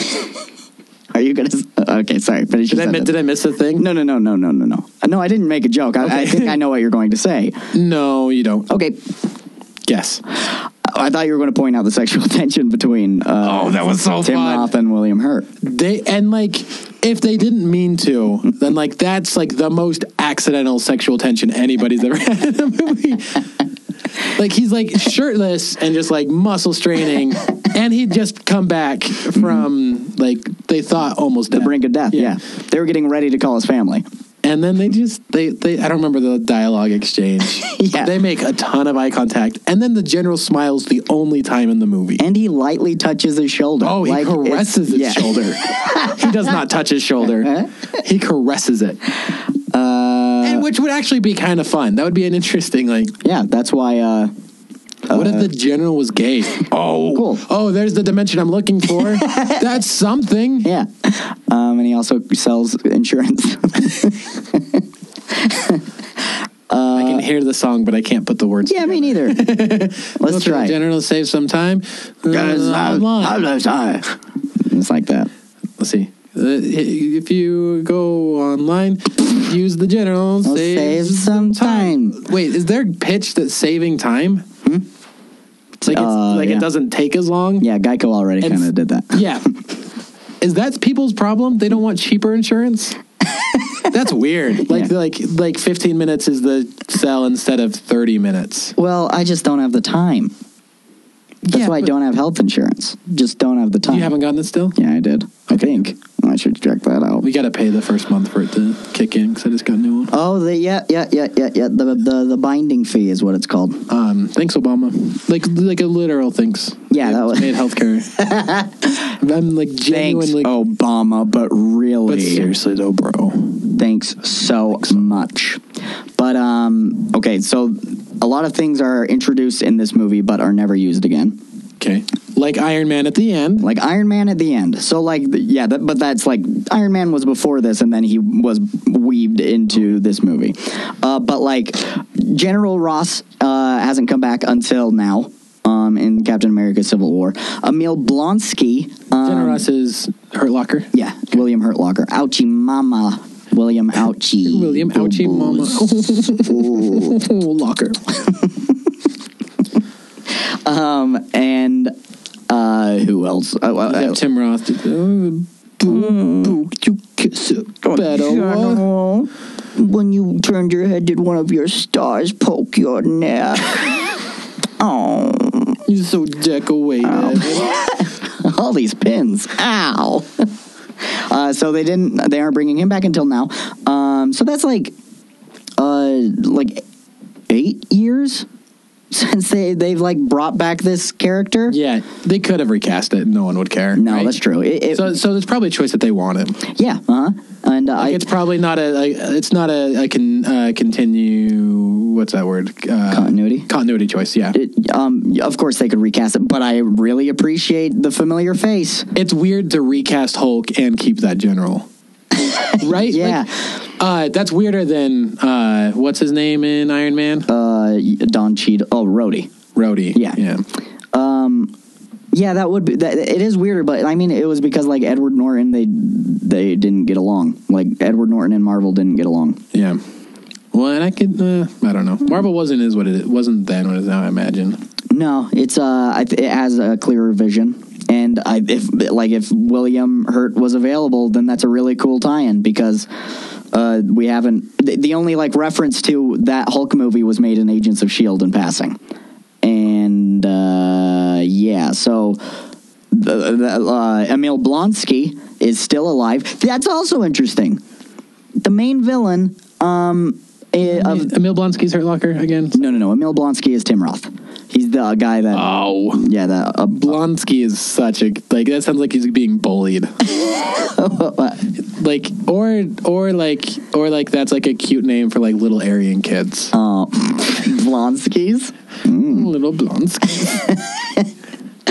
Are you gonna? s- uh, Okay, sorry. Finish.
did
your
I mi-
sentence.
did I miss a thing?
No, no, no, no, no, no, no. Uh, No, I didn't make a joke. I, I think I know what you're going to say.
no, you don't.
Okay,
Guess.
I thought you were going to point out the sexual tension between uh,
Oh, that was so
Tim
fun.
Roth and William Hurt.
They and like if they didn't mean to, then like that's like the most accidental sexual tension anybody's ever had in a movie. Like he's like shirtless and just like muscle straining, and he'd just come back from like they thought almost
The
death.
brink of death. Yeah. they were getting ready to call his family.
and then they just they they I don't remember the dialogue exchange.
Yeah.
they make a ton of eye contact, and then the general smiles the only time in the movie.
and he lightly touches his shoulder.
Oh, he
Like, it's-
caresses his
yeah.
shoulder. he does not touch his shoulder. He caresses it. Uh-huh. Uh, and which would actually be kind of fun. That would be an interesting like
Yeah, that's why. Uh,
what if the general was gay? Uh-huh. Oh.
Cool.
Oh, there's the dimension I'm looking for. That's something.
yeah, um, and he also sells insurance.
I can hear the song but Uh, I can't put the words.
yeah, me neither. Let's
Go to the
try. it.
General save some time. Uh, online.
It's like that.
Let's see. Uh, if you go online, use the general
I'll
save,
save some time. Hmm?
Wait, is there pitch that's saving time? It's like it's,
Uh,
like
yeah.
it doesn't take as long.
Yeah, Geico already
It's-
kind of did that.
Yeah. is that people's problem? They don't want cheaper insurance. that's weird. Like
Yeah.
like like fifteen minutes is the sell instead of thirty minutes.
Well, I just don't have the time. That's
Yeah,
why I
but-
don't have health insurance. Just don't have the time.
You haven't gotten it still.
Yeah, I did. I think I should check that out.
We got to pay the first month for it to kick in because I just got a new one.
Oh, the yeah, yeah, yeah, yeah, yeah. The the the binding fee is what it's called.
Um, thanks, Obama. Like, like a literal thanks.
Yeah, that was-
made healthcare. I'm like genuinely.
Oh. Obama, but really,
but seriously though, bro.
thanks so much. But um, okay, so a lot of things are introduced in this movie, but are never used again.
Okay, like Iron Man at the end.
Like Iron Man at the end. So like, th- yeah, that, but that's like Iron Man was before this, and then he was weaved into this movie. Uh, but like, General Ross uh, hasn't come back until now. Um, in Captain America: Civil War, Emil Blonsky. Um,
Jenna Ross is Hurt Locker.
Yeah, William Hurtlocker. Ouchie mama. William Ouchie.
William Ouchie Mama Oh, Locker.
Um, and uh, who else? Oh, uh,
You
uh,
have Tim Roth. Boo, boo, you kiss it better.
General, When you turned your head, did one of your stars poke your neck? oh,
You're so decorated.
all these pins! Ow. Uh, so they didn't. They aren't bringing him back until now. Um, so that's like, uh, like eight years since they they've like brought back this character.
Yeah, they could have recast it. No one would care.
No,
right?
that's true. It, it,
So, so there's probably a choice that they want him.
yeah, uh-huh. and uh, I,
it's probably not a. Like, it's not a. I can uh, continue. What's that word? Uh,
Continuity?
Continuity choice. Yeah.
it, um, of course they could recast it, but I really appreciate the familiar face.
it's weird to recast Hulk and keep that general. right?
Yeah.
Like, uh, that's weirder than uh, what's his name in Iron Man?
Uh, Don Cheadle, oh Rhodey.
Rhodey.
yeah.
Yeah.
Yeah, that would be. That, it is weirder, but I mean, it was because like Edward Norton, they they didn't get along. Like Edward Norton and Marvel didn't get along.
Yeah. Well, and I could. Uh, I don't know. Marvel wasn't is what it wasn't then. What it is now? I imagine.
No, it's uh, I th- it has a clearer vision, and I if like if William Hurt was available, then that's a really cool tie-in because. Uh, we haven't. The, the only like reference to that Hulk movie was made in Agents of Shield E in passing, and uh, yeah. So the, the, uh, Emil Blonsky is still alive. That's also interesting. The main villain um, i- of
Emil Blonsky's Hurt Locker again.
no, no, no. Emil Blonsky is Tim Roth. He's the guy that.
Oh,
yeah, that. Uh,
Blonsky is such a like. That sounds like he's being bullied.
uh,
like or or like or like that's like a cute name for like little Aryan kids.
uh, Blonsky's.
Little Blonsky.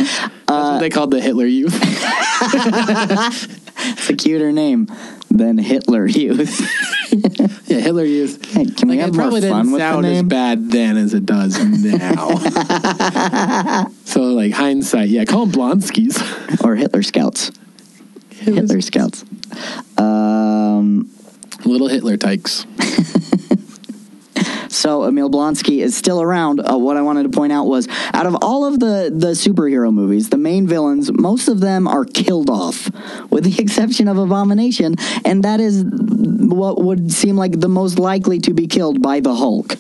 That's what they called the Hitler Youth.
It's a cuter name than Hitler Youth.
yeah, Hitler Youth.
Hey, can we
Like,
have
it
more
probably
fun
didn't
with the
sound as
name?
bad then as it does now. so, like hindsight, yeah, call them Blonskys.
or Hitler Scouts. Hitler Scouts. Um,
Little Hitler tykes.
so Emil Blonsky is still around. Uh, what I wanted to point out was, out of all of the the superhero movies, the main villains, most of them are killed off, with the exception of Abomination, and that is what would seem like the most likely to be killed by the Hulk.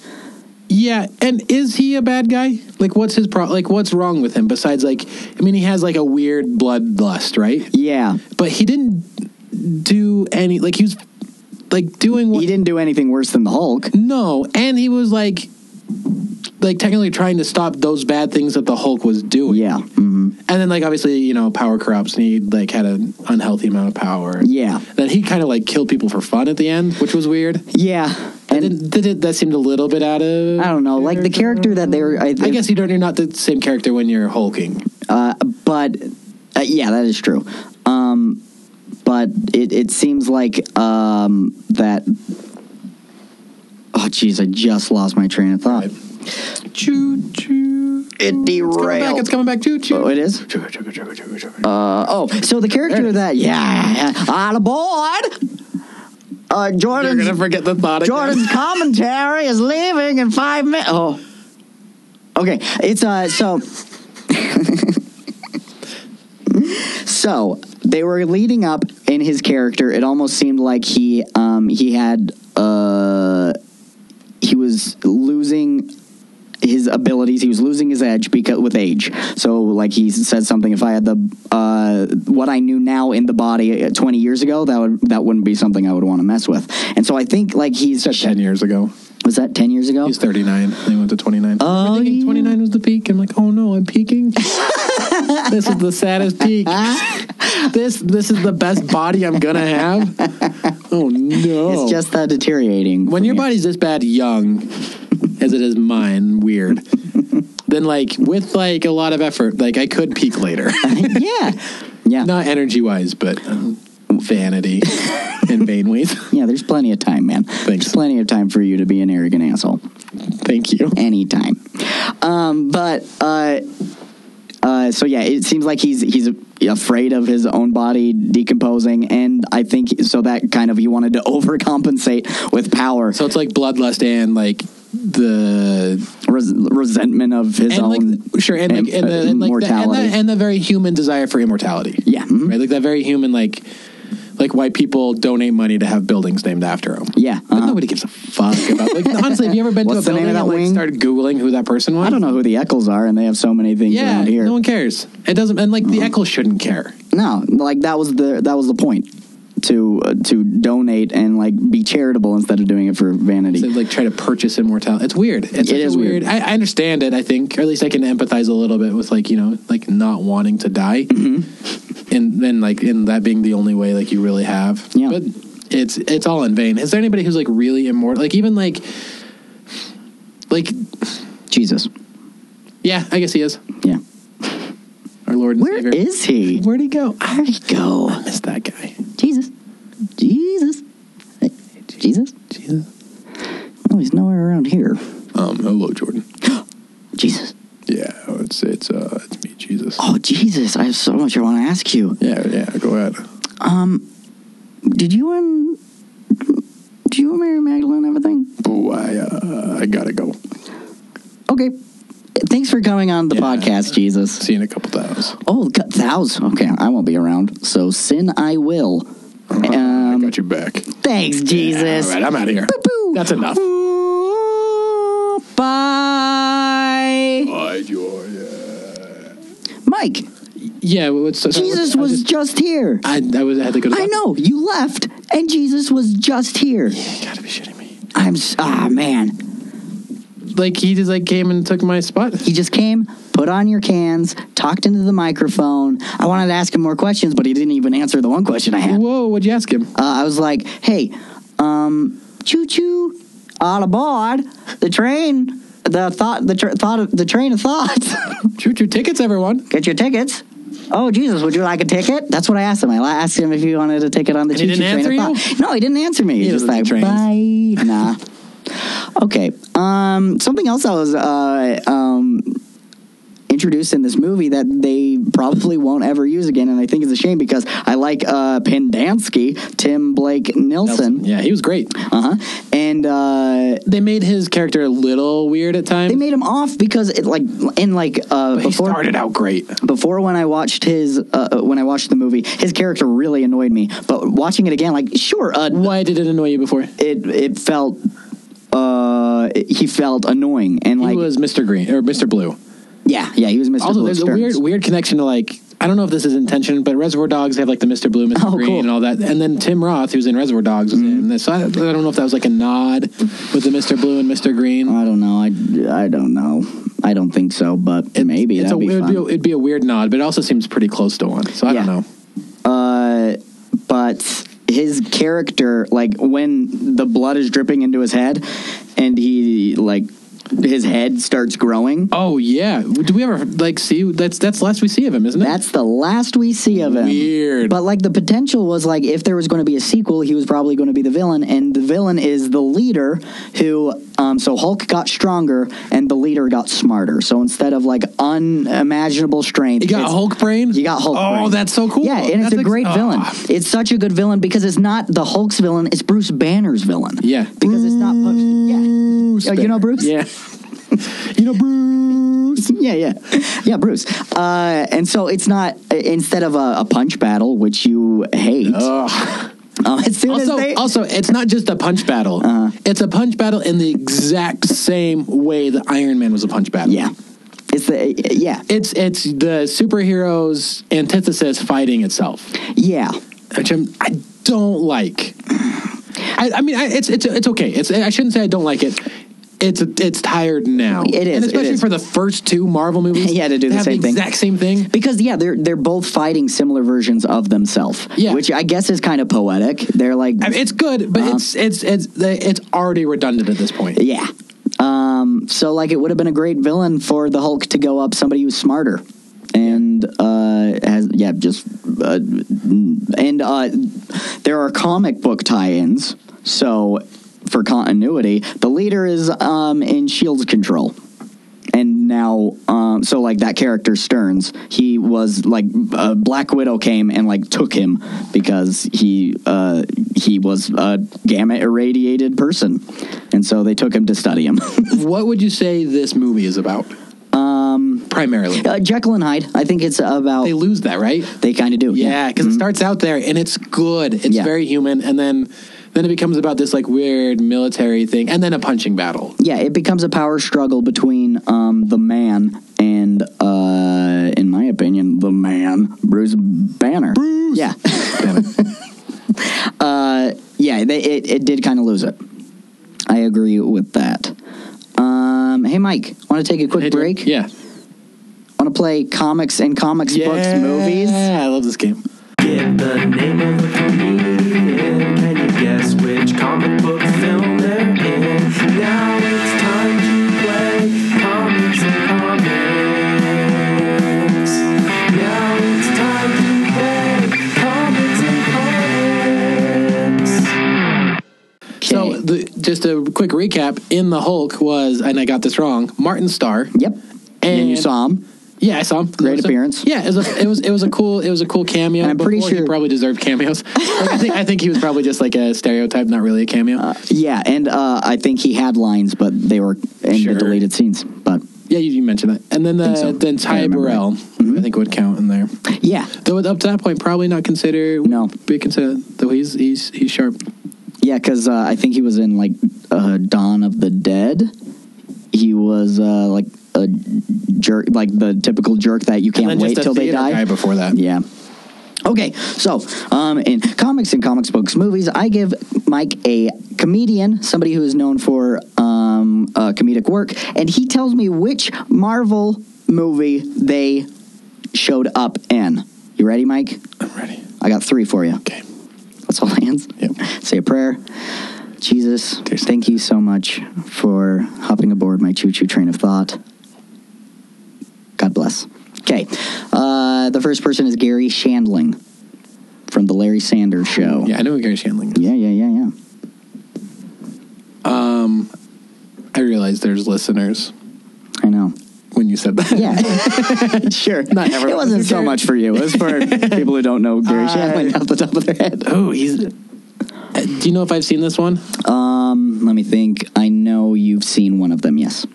Yeah, and is he a bad guy? Like, what's his pro? Like, what's wrong with him besides like? I mean, he has like a weird bloodlust, right?
Yeah,
But he didn't do any. Like, he was like doing what
he didn't do anything worse than the Hulk.
No, and he was like, like technically trying to stop those bad things that the Hulk was doing.
Yeah. hmm
and then like obviously you know power corrupts, and he like had an unhealthy amount of power.
Yeah.
Then he kind of like killed people for fun at the end, which was weird.
Yeah.
And
And
did it, that seemed a little bit out of.
I don't know, like the character that they were. I,
I guess you don't. You're not the same character when you're hulking.
Uh, but uh, yeah, that is true. Um, but it, it seems like um, that. Oh, jeez, I just lost my train of thought.
Right. Choo choo.
It
Coming back.
derailed.
It's coming back. Choo choo.
Oh, it is?
Choo choo choo choo choo.
Uh, oh, so the character that yeah, on board. Uh,
You're gonna
Jordan's
forget the thought. again.
Jordan's commentary is leaving in five minutes. Oh, okay. It's uh so. so they were leading up in his character. It almost seemed like he um he had uh he was losing his abilities. He was losing his edge because with age. So like he said something. If I had the uh, what I knew now in the body uh, twenty years ago, that would that wouldn't be something I would want to mess with. And so I think like he's
Said ten years ago.
was that ten years ago?
He's 39. They went to 29.
Oh,
Oh, thinking
yeah.
29 was the peak. I'm like, oh no, I'm peaking. this is the saddest peak. this this is the best body I'm gonna have. Oh no!
It's just that deteriorating.
when
from
your
here.
body's this bad young as it is mine, weird. then like with like a lot of effort, like I could peak later,
yeah, yeah,
not energy wise, but um, vanity and vain ways.
yeah. There's plenty of time, man. There's plenty of time for you to be an arrogant asshole.
Thank you.
anytime. Um, but uh, uh, so yeah, it seems like he's he's afraid of his own body decomposing, and I think so that kind of he wanted to overcompensate with power,
So it's like bloodlust and like the
res- resentment of his
and
own
like sure and, like, and, the, and, like the, and,
mortality.
the, and the very human desire for immortality
yeah, mhm.
right like that very human like like white people donate money to have buildings named after them
yeah.
but
uh-huh.
nobody gives a fuck about like honestly have you ever been to a
What's the name
building
of
and
that
like
wing?
started googling who that person was
I don't know who the Eccles are, and they have so many things
yeah
around here. Uh-huh.
no one cares it doesn't and like the eccles shouldn't care
No, like that was the that was the point. to uh, to donate and like be charitable instead of doing it for vanity.
So, like try to purchase immortality. It's weird. It's
It
like,
is weird.
I, I understand it. I think, or at least I can empathize a little bit with like you know like not wanting to die, and then like and that being the only way like you really have.
Mm-hmm. Yeah.
But it's it's all in vain. Is there anybody who's like really immortal? Like even like like
Jesus.
yeah, I guess he is
Yeah.
our Lord and
Where is
Savior.
he?
Where'd he go?
Where'd he
I
go?
miss that guy.
Jesus. Jesus. Hey, Jesus.
Jesus.
Oh, he's nowhere around here.
Um. Hello, Jordan.
Jesus.
Yeah, it's it's uh it's me, Jesus.
Oh, Jesus. I have so much I want to ask you.
Yeah, yeah. Go ahead.
Um, did you and do you and Mary Magdalene have a thing?
Oh, I uh, I gotta go.
Okay. Thanks for coming on the
Yeah.
podcast, Jesus.
See you in a couple hours.
Oh, God, thous. Okay, I won't be around. So sin, I will. Um,
your back.
Thanks, Jesus.
All right, I'm out of here.
Boo.
That's enough.
Bye. Mike,
Yeah, well, it's, so- so-
Jesus
I
was
just-
just here.
I, I was. I had to go. To the
I
bathroom.
know you left, and Jesus was just here.
You gotta be shitting me.
I'm s- ah man.
Like he just like came and took my spot.
He just came, put on your cans, talked into the microphone. I wanted to ask him more questions, but he didn't even answer the one question I had. Uh,
Whoa! What'd you ask him?
I was like, "Hey, um, choo choo, all aboard the train." The thought, the tr- thought, of, the train of thoughts.
Choo choo tickets, everyone.
Get your tickets. Oh Jesus, would you like a ticket? That's what I asked him. I asked him if he wanted a ticket on the
And he
choo-choo
didn't
train of
answer
thought. No, he didn't answer me. He's
He
just like,
doesn't
bye. Nah. Okay. Um, something else I was uh, um, introduced in this movie that they probably won't ever use again, and I think it's a shame because I like uh, Pendansky, Tim Blake Nelson.
Yeah, he was great.
Uh huh. And uh,
They made his character a little weird at times.
they made him off because it like in like uh,
but he
before
started out great.
before when I watched his uh, when I watched the movie, his character really annoyed me. But watching it again, like sure, uh,
Why did it annoy you before?
it it felt uh he felt annoying and like
he was Mr. Green or Mr. Blue.
yeah yeah he was Mr.
Also,
Blue
there's
Experience.
a weird, weird connection to like I don't know if this is intention, but Reservoir Dogs have like the Mr. Blue, Mr.
Oh, cool.
Green,
Mm-hmm.
and all that, and then Tim Roth, who's in Reservoir Dogs, was in this. So I, I don't know if that was like a nod with the Mr. Blue and Mr. Green.
I don't know I I don't know I don't think so but maybe
it's
that'd
a,
be
it'd,
fun.
be a, it'd be a weird nod, but it also seems pretty close to one. So I
Yeah.
don't know.
uh, but his character, like when the blood is dripping into his head, and he like his head starts growing.
Oh yeah, do we ever like see that's that's the last we see of him, isn't it?
That's the last we see of him.
Weird.
But like the potential was like if there was going to be a sequel, he was probably going to be the villain, and the villain is the leader who. Um, so Hulk got stronger, and the leader got smarter. So instead of like unimaginable strength,
you got
it's-
Hulk brain.
you got Hulk.
Oh,
brain.
that's so cool.
Yeah, and
That's
it's a
ex-
great
Ah.
villain. It's such a good villain because it's not the Hulk's villain; it's Bruce Banner's villain.
Yeah.
because it's not. Yeah,
Bruce.
Oh, you know Bruce?
Yeah. you know Bruce.
yeah, yeah, yeah, Bruce. Uh, and so it's not instead of a, a punch battle, which you hate.
Oh, Ugh.
um, as soon
Also,
as they, Uh-huh.
also, it's not just a punch battle. It's a punch battle in the exact same way that Iron Man was a punch battle.
yeah, it's the yeah,
It's it's the superhero's antithesis fighting itself,
yeah.
which I'm, I don't like. I, I mean, I, it's it's it's okay. It's I shouldn't say I don't like it. It's it's tired now.
It is,
and
it
especially
is.
for the first two Marvel movies.
Yeah, to do
they
the
have
same
the
thing.
exact same thing.
Because yeah, they're they're both fighting similar versions of themselves.
Yeah.
which I guess is kind of poetic. They're like
I mean, it's good,
Uh-huh.
but it's it's it's it's already redundant at this point.
Yeah. Um, so like it would have been a great villain for the Hulk to go up somebody who's smarter. And uh, has yeah, just uh, and uh, there are comic book tie-ins. So for continuity, the leader is um, in Shield's control, and now um, so like that character Stearns, he was like uh, Black Widow came and like took him because he uh, he was a gamma irradiated person, and so they took him to study him.
What would you say this movie is about? Um, primarily,
uh, Jekyll and Hyde, I think it's about
they
they,
lose that, right?
kind of do
Yeah, because it starts out there and it's good. It's
Mm-hmm. Yeah.
very human, and then then it becomes about this like weird military thing, and then a punching battle.
yeah, it becomes a power struggle between um, the man and, uh, in my opinion, the man Bruce Banner. Bruce. Yeah.
Banner.
Uh, Um, quick
hit you.
break? I
Yeah.
want to play comics and comics books movies.
Yeah, I love this game.
Get the name of the comedian. Can you guess which comic book film they're in? Now it's time to play comics and comics. Now it's time to play comics and comics.
So, the, just a quick recap. In the Hulk was, and I got this wrong, Martin Starr.
Yep. And, you saw him.
Yeah, I saw him.
Great
It was a-
appearance.
Yeah, it was a, it was it was a cool it was a cool cameo.
And I'm pretty
Before, he
sure-
probably deserved cameos. Like, I think I think he was probably just like a stereotype, not really a cameo.
Yeah, and uh, I think he had lines, but they were in
Sure.
the deleted scenes. But
yeah, you, you mentioned that, and then the,
so.
then
I
Ty
remember Mm-hmm.
Burrell, I think would count in there.
yeah,
Though up to that point, probably not considered.
No.
be considered. Though he's he's he's sharp.
yeah, because uh, I think he was in like uh, Dawn of the Dead. He was uh, like a jerk, like the typical jerk that you can't
And then
wait
just a
till they
theater
die.
guy before that.
Yeah. Okay, so um, in comics and comics books, movies, I give Mike a comedian, somebody who is known for um, uh, comedic work, and he tells me which Marvel movie they showed up in. You ready, Mike?
I'm ready.
I got three for you.
Okay.
Let's hold hands.
Yep.
Say a prayer. Jesus,
Cheers.
thank you so much for hopping aboard my choo choo train of thought. God bless. Okay. Uh, the first person is Gary Shandling from The Larry Sanders Show.
Yeah, I know Gary Shandling.
Yeah, yeah, yeah, yeah.
I realize there's listeners
I know.
when you said that.
Yeah. sure. Not
everyone.
it wasn't so much for you. It was for people who don't know Gary Shandling off the top of their head.
Oh, he's. Uh, do you know if I've seen this one?
Um, let me think. I know you've seen one of them, yes.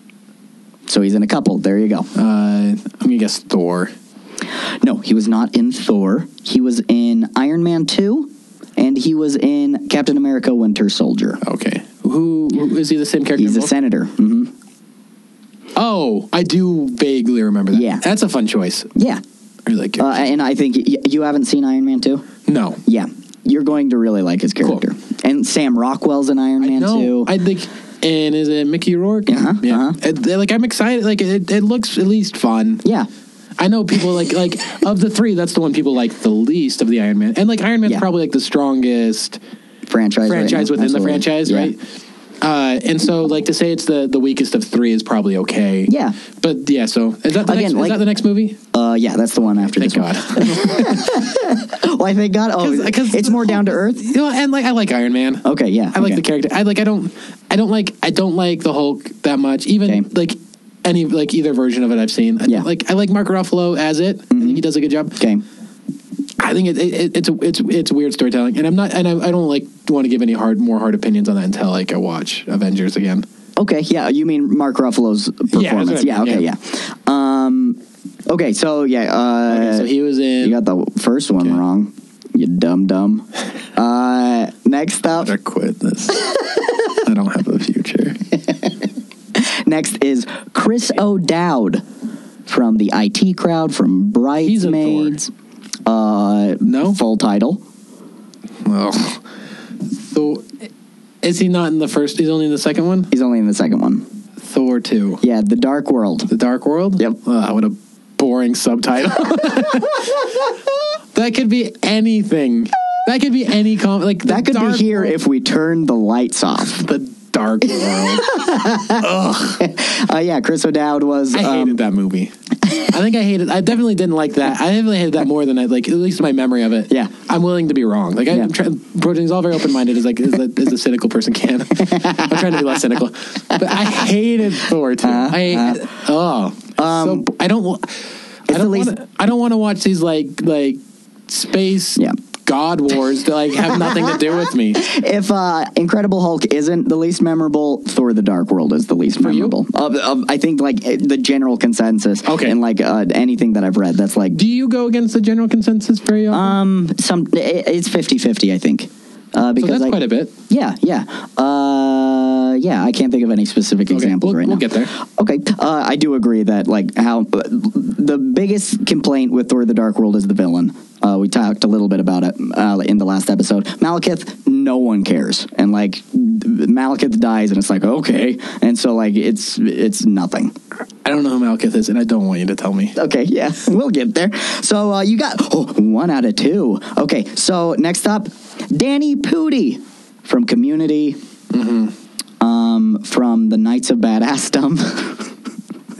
So he's in a couple. There you go.
Uh, I'm gonna guess Thor.
No, he was not in Thor. He was in Iron Man 2, and he was in Captain America Winter Soldier.
Okay. Who, who is he? The same character?
He's
in
a
both?
senator. hmm
Oh, I do vaguely remember that.
Yeah.
that's a fun choice.
Yeah.
I really like it.
Uh, and I think y- you haven't seen Iron Man 2?
no,
Yeah. You're going to really like his
Cool.
character. And Sam Rockwell's in Iron Man 2.
no, I think. And is it Mickey Rourke?
Uh-huh,
yeah.
uh-huh.
It- they're like I'm excited. Like it, it looks at least fun.
yeah.
I know people like like of the three, that's the one people like the least of the Iron Man. And like Iron Man's
Yeah.
probably like the strongest
Franchise. right now.
franchise within
Absolutely.
the franchise,
Yeah.
right? Uh, and so, like to say it's the the weakest of three is probably okay.
Yeah.
but yeah. So is that the
Again,
next,
like-
is that the next movie?
Uh, yeah, that's the one after
Thank
this one.
God.
Why thank God? Oh,
'Cause- 'cause
it's
the
more down to
Hulk is-
earth?
You know, and like I like Iron Man.
Okay, yeah.
I like
okay.
the character. I like. I don't. I don't like. I don't like the Hulk that much. Even
Okay.
like any like either version of it I've seen. I-
Yeah. Mm-hmm.
Like I like Mark Ruffalo as it. I think he does a good job.
Okay.
I think it, it, it's it's it's weird storytelling, and I'm not, and I, I don't like want to give any hard more hard opinions on that until like I watch Avengers again.
Okay, yeah, you mean Mark Ruffalo's
Yeah, that's
performance?
what I
Yeah,
mean,
okay, yeah. Um, okay, so yeah, uh,
so he was in.
you got the first one
Okay.
wrong. You dumb dumb. uh, next up,
I quit this. I don't have a future.
next is Chris O'Dowd from the IT crowd from
He's in Thor.
Bridesmaids. Uh,
No?
full title.
Oh. So, is he not in the first? He's only in the second one.
He's only in the second one.
Thor two.
Yeah, The Dark World.
The Dark World?
Yep.
Ah, what a boring subtitle. that could be anything. That could be any com like the
That could be
Dark
here
World-
if we turn the lights off.
the Dark World.
Uh, yeah, Chris O'Dowd was.
I hated
um,
that movie. I think I hated. I definitely didn't like that. I definitely hated that more than I like. At least my memory of it.
Yeah.
I'm willing to be wrong. Like I,
Yeah.
I'm trying. Broden's all very open minded as like as a, as a cynical person can. I'm trying to be less cynical, but I hated Thor too.
Uh-huh.
I oh,
Um,
so, I don't. wa- I
the
don't,
least-
wanna, I don't want to watch these like like space
Yeah.
god wars that like have nothing to do with me.
If uh, Incredible Hulk isn't the least memorable, Thor: The Dark World is the least
you?
memorable. Of, of, I think like eh, the general consensus.
Okay.
And like uh, anything that I've read, that's like
Do you go against the general consensus very often?
um some. It, it's 50-50, I think. Uh,
so
because
that's
I,
quite a bit.
Yeah, yeah. Uh, yeah, I can't think of any specific examples
we'll-
right
we'll
now.
get there.
Okay, uh, I do agree that like how uh, the biggest complaint with Thor: The Dark World is the villain. Uh, we talked a little bit about it uh, in the last episode. Malekith, no one cares, and like Malekith dies, and it's like okay, and so like it's it's nothing.
I don't know who Malekith is, and I don't want you to tell me.
Okay, yeah, we'll get there. So uh, you got oh, one out of two. Okay, so next up, Danny Pooty from Community, um, from the Knights of Badassdom.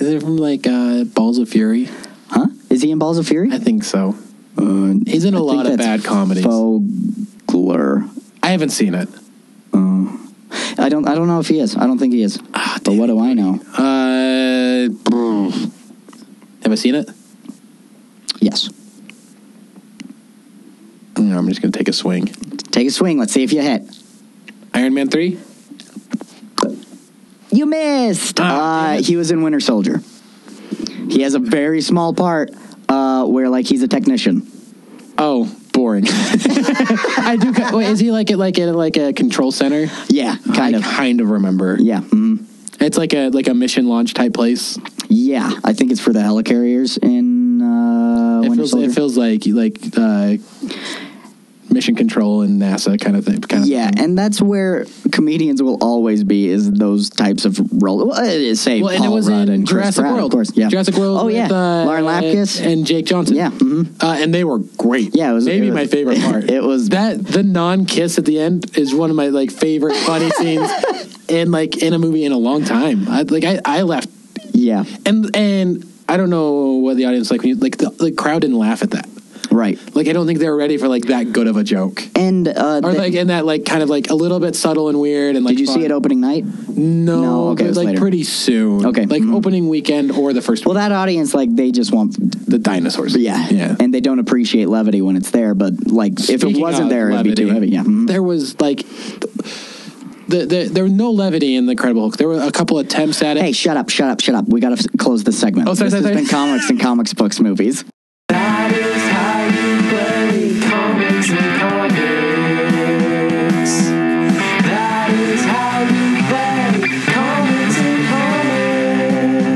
Is it from like uh, Balls of Fury?
huh? Is he in Balls of Fury?
I think so.
Uh,
He's in a
I think
lot of
that's
bad comedies.
Fogler.
I haven't seen it.
I don't. I don't know if he is. I don't think he is.
uh, Ah,
but what do I know?
Uh, brr. have I seen it?
Yes.
No, I'm just gonna take a swing.
Take a swing. Let's see if you hit.
Iron Man three.
You missed.
Ah,
uh,
damn it.
he was in Winter Soldier. He has a very small part uh, where, like, he's a technician.
Oh, boring. I do. ki- Wait, is he like at like at like a control center?
Yeah, kind
I
of.
kind of remember.
Yeah, mhm.
It's like a like a mission launch type place.
yeah. I think it's for the helicarriers in uh,
it
Winter
feels
Soldier.
it feels like like uh, mission control and NASA kind of thing. Kind of
yeah,
thing.
and that's where comedians will always be is those types of role. Well, it is say
well, and
Paul
it was
Rudd
in
and Chris
Jurassic
Pratt,
World,
of course. Yeah,
Jurassic World.
Oh yeah,
with, uh,
Lauren Lapkus.
and Jake Johnson.
Yeah, mhm.
uh, and they were great.
Yeah, it was-
maybe
it was-
my favorite part.
it was-
that the non kiss at the end is one of my like favorite funny scenes in like in a movie in a long time. I like I I laughed
yeah,
and and I don't know what the audience like when you like the, the crowd didn't laugh at that.
right.
Like I don't think they were ready for like that good of a joke.
And uh,
Or
the-
like in that like kind of like a little bit subtle and weird and like
did you
fun.
see it opening night?
No,
No, okay,
but,
it was
like
later.
pretty soon.
Okay,
like
mhm.
opening weekend or the first.
Well,
week.
that audience, like, they just want,
the dinosaurs.
yeah,
yeah.
and they don't appreciate levity when it's there. But like, if it
Speaking
wasn't
of
there, it'd be too heavy.
levity,
Yeah, mhm.
there was like. th- The, the, there was no levity in the Incredible Hulk. There were a couple attempts at it.
Hey, shut up, shut up, shut up. We got to f- close this segment.
Oh, sorry,
this
sorry,
has
sorry.
been comics and comics books movies.
That is how you play comics and comics. That is how you play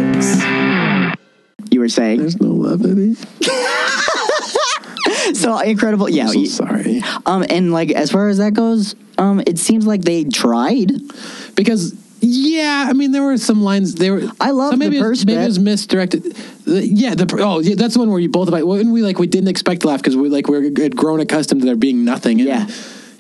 comics and comics.
You were saying
no levity.
so incredible. Yeah,
I'm so
you-
sorry.
um, and like as far as that goes, um, it seems like they tried.
Because yeah, I mean there were some lines. They were.
I love
so maybe
the
it was-
purse
Maybe
bit.
it was misdirected. The- yeah, the pr- oh yeah, that's the one where you both like. When we like we didn't expect to laugh because we like we we're had grown accustomed to there being nothing. in it.
Yeah.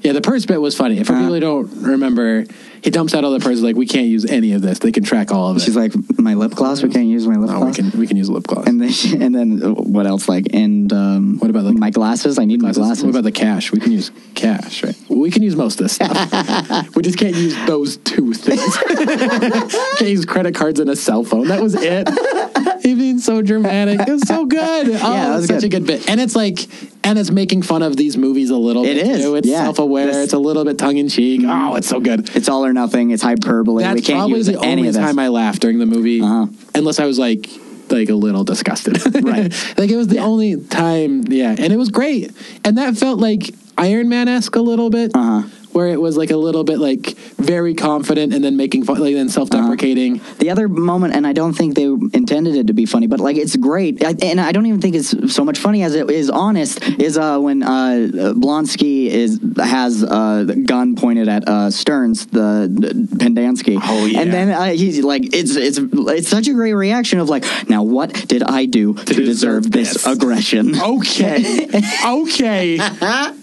Yeah, the purse bit was funny. For
Uh-huh.
people who don't remember, he dumps out all the purses like we can't use any of this. They can track all of it.
She's like, my lip gloss. We can't use my lip
no, we
gloss.
can we can use lip gloss.
And then, she, and then uh, what else? Like, and um,
What about, like,
my glasses? I need my glasses.
What about the cash? We can use cash, right? We can use most of this stuff. we just can't use those two things. can't use credit cards and a cell phone. That was it. It being so dramatic. It was so good. Oh,
that
it
was
was such
good.
a good bit. And it's like, and it's making fun of these movies a little
It
bit.
is,
Too. It's
yeah. Mm-hmm.
self aware.
This-
It's a little bit tongue in cheek. Oh, it's so good.
it's all or nothing. It's hyperbole.
That's
we can't
probably
use
the
any
only
of this.
time I laughed during the movie,
Uh-huh.
unless I was like like a little disgusted.
Right.
like it was the
Yeah.
only time. Yeah, and it was great, and that felt like Iron Man esque a little bit,
Uh-huh.
where it was like a little bit like very confident and then making fun, like then self deprecating.
The other moment, and I don't think they intended it to be funny, but like it's great, I, and I don't even think it's so much funny as it is honest. Is uh, when uh, Blonsky is has uh, the gun pointed at uh, Stearns, the, the Pendansky.
Oh, yeah.
and then uh, he's like, it's it's it's such a great reaction of like, now what did I do to, deserve,
deserve
this,
this." Oh.
aggression?
Okay, okay,
I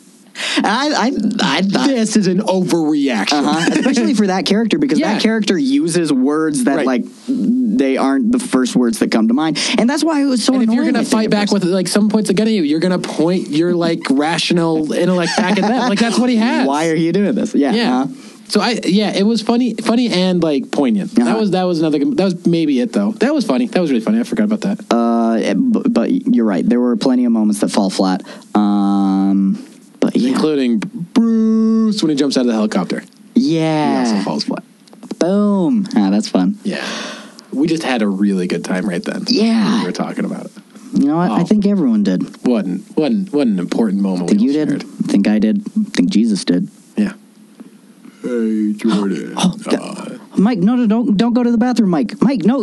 I I thought.
this is an overreaction.
Uh-huh. Especially for that character because
Yeah.
that character uses words that
Right.
like they aren't the first words that come to mind, and that's why it was so
And if
annoying.
you're
I
gonna
think,
fight
at
back
first.
with like some points against you, you're gonna point your like rational intellect back at them. Like that's what he has.
why are you doing this? Yeah,
Yeah.
uh-huh.
So I yeah, it was funny, funny and like poignant.
Uh-huh.
That was that was another. That was maybe it though. That was funny. That was really funny. I forgot about that.
Uh, but, but you're right. There were plenty of moments that fall flat. Um, but yeah,
Including Bruce when he jumps out of the helicopter.
yeah,
He also falls flat.
boom. Ah, that's fun.
Yeah. We just had a really good time right then.
Yeah.
We were talking about it.
You know what? I
Oh.
think everyone did. I
What an what an, what an important moment.
think
we
you did.
shared.
I think I did. I think Jesus did.
Yeah. Hey Jordan. Uh,
Oh, that- Mike, no, no, don't, don't go to the bathroom, Mike. Mike, no.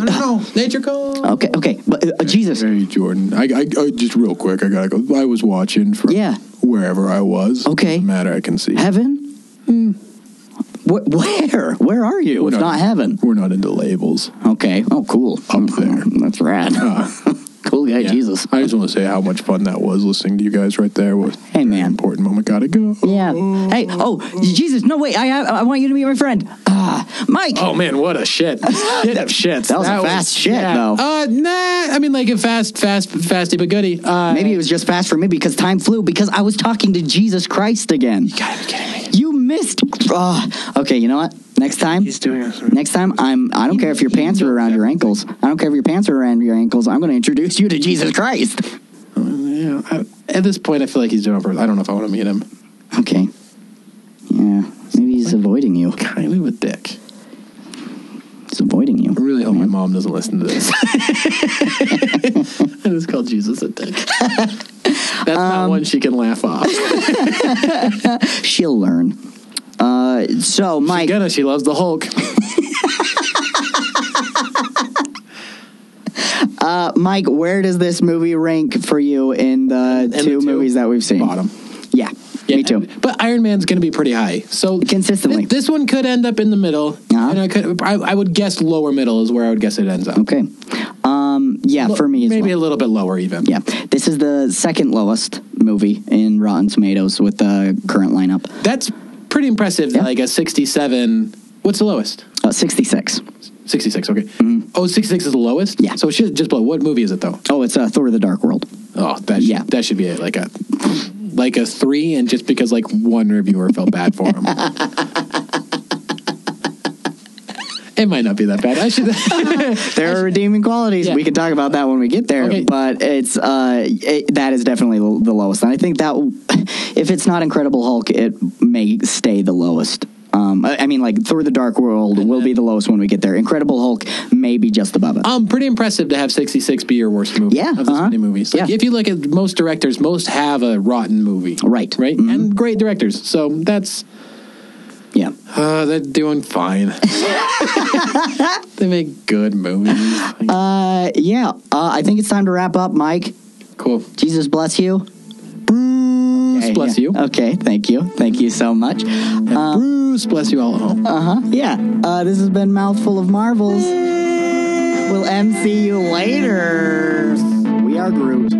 nature call.
okay, okay. But, uh, Jesus.
Hey Jordan, I, I, I just real quick, I gotta go. I was watching from
Yeah.
wherever I was.
Okay.
Doesn't matter, I can see.
Heaven? Hmm. Wh- where? Where are you? It's not heaven.
We're not into labels.
Okay. Oh, cool.
Up there.
That's rad.
Uh,
cool guy,
yeah.
Jesus.
I just want to say how much fun that was listening to you guys right there. Was
Hey, man.
important moment. Gotta go.
Yeah. Hey. Oh, Jesus. No, wait. I I, I want you to be my friend. Ah, Mike.
Oh man, what a shit! Shit of shits.
That was a fast shit, though.
Uh, nah. I mean, like a fast, fast, fasty but goody. Uh,
Maybe it was just fast for me because time flew because I was talking to Jesus Christ again. You
gotta be kidding
You missed. Ah. okay. You know what? Next time.
He's doing us.
Next time, I'm. I don't care if your pants are around your ankles. I don't care if your pants are around your ankles. I'm going to introduce you to Jesus Christ.
me. Yeah, I- at this point, I feel like he's doing it. for- I don't know if I want to meet him.
Okay. Yeah. Maybe he's avoiding you.
Kind of a dick.
He's avoiding you.
I really hope my mom doesn't listen to this. I just called Jesus a dick. That's
Um,
not one she can laugh off.
She'll learn. Uh. So, Mike.
Again, she loves the Hulk.
Uh, Mike, where does this movie rank for you in the
the
two
two?
movies that we've seen?
Bottom.
Yeah, me too.
But Iron Man's going to be pretty high. So
Consistently.
th- this one could end up in the middle.
Uh-huh.
And I, could, I, I would guess lower middle is where I would guess it ends up.
Okay. Um, yeah,
Lo-
for me as
maybe
well.
a little bit lower even.
yeah, this is the second lowest movie in Rotten Tomatoes with the current lineup.
that's pretty impressive. that,
Yeah.
Like a sixty-seven. What's the lowest?
Uh, 66.
Sixty-six. Okay. Oh, 66 is the lowest.
Mm-hmm. Yeah.
So it should just blow. What movie is it though?
Oh, it's uh, Thor: The Dark World.
Oh, that should,
Yeah.
that should be it. Like a like a three, and just because like one reviewer felt bad for him. It might not be that bad. I should.
There are redeeming qualities.
Yeah.
We can talk about that when we get there.
Okay.
But it's uh, it, that is definitely the the lowest. And I think that if it's not Incredible Hulk, it may stay the lowest. Um, I I mean, like Thor: The Dark World will be the lowest when we get there. Incredible Hulk may be just above it.
Um, pretty impressive to have 66 be your worst movie.
Yeah,
of this
uh-huh.
many movies. Like,
Yeah.
if you look at most directors, most have a rotten movie.
Right. Mm-hmm.
right, and great directors. So that's
yeah.
uh, they're doing fine. they make good movies.
Uh, yeah. Uh, I think it's time to wrap up, Mike.
cool.
Jesus bless you.
Bruce,
Okay,
bless
yeah. Uh-huh.
you.
Okay. Thank you. Thank you so much.
And Bruce, bless you all at home.
Uh huh. Yeah. Uh, this has been Mouthful of Marvels. We'll MC you later. We are Groot.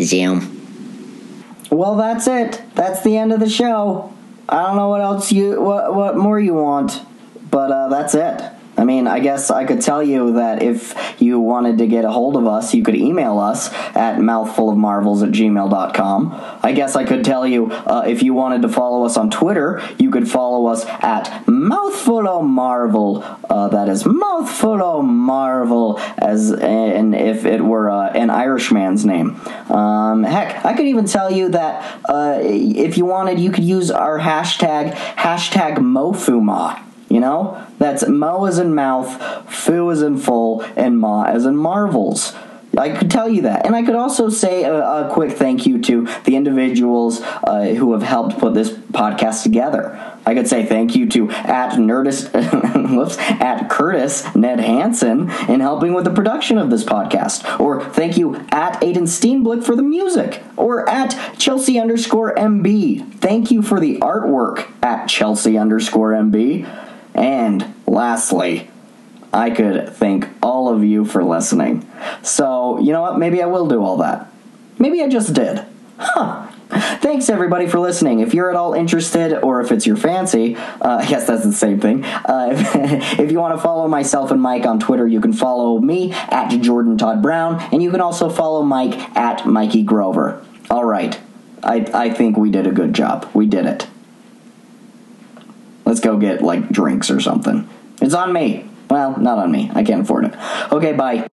Zoom.
Well, that's it. That's the end of the show. I don't know what else you what what more you want, but uh, that's it. I mean, I guess I could tell you that if you wanted to get a hold of us, you could email us at mouthfulofmarvels at gmail.com. I guess I could tell you uh, if you wanted to follow us on Twitter, you could follow us at mouthfulomarvel. Uh, that is mouthfulomarvel, as and if it were uh, an Irishman's name. Um, heck, I could even tell you that uh, if you wanted, you could use our hashtag hashtag mofuma. You know, that's mo as in mouth, fu as in full, and ma as in marvels. I could tell you that. And I could also say a, a quick thank you to the individuals uh, who have helped put this podcast together. I could say thank you to at Nerdist, whoops, at Curtis Ned Hansen in helping with the production of this podcast, or thank you at Aiden Steenblick for the music, or at Chelsea underscore MB. Thank you for the artwork at Chelsea underscore MB. And lastly, I could thank all of you for listening. So, you know what? Maybe I will do all that. Maybe I just did. Huh.
Thanks everybody for listening. If you're at all interested, or if it's your fancy, uh, I guess that's the same thing. Uh, if, if you want to follow myself and Mike on Twitter, you can follow me at Jordan Todd Brown, and you can also follow Mike at Mikey Grover. All right, I I think we did a good job. We did it. Let's go get like drinks or something. It's on me. Well, not on me. I can't afford it. Okay, bye.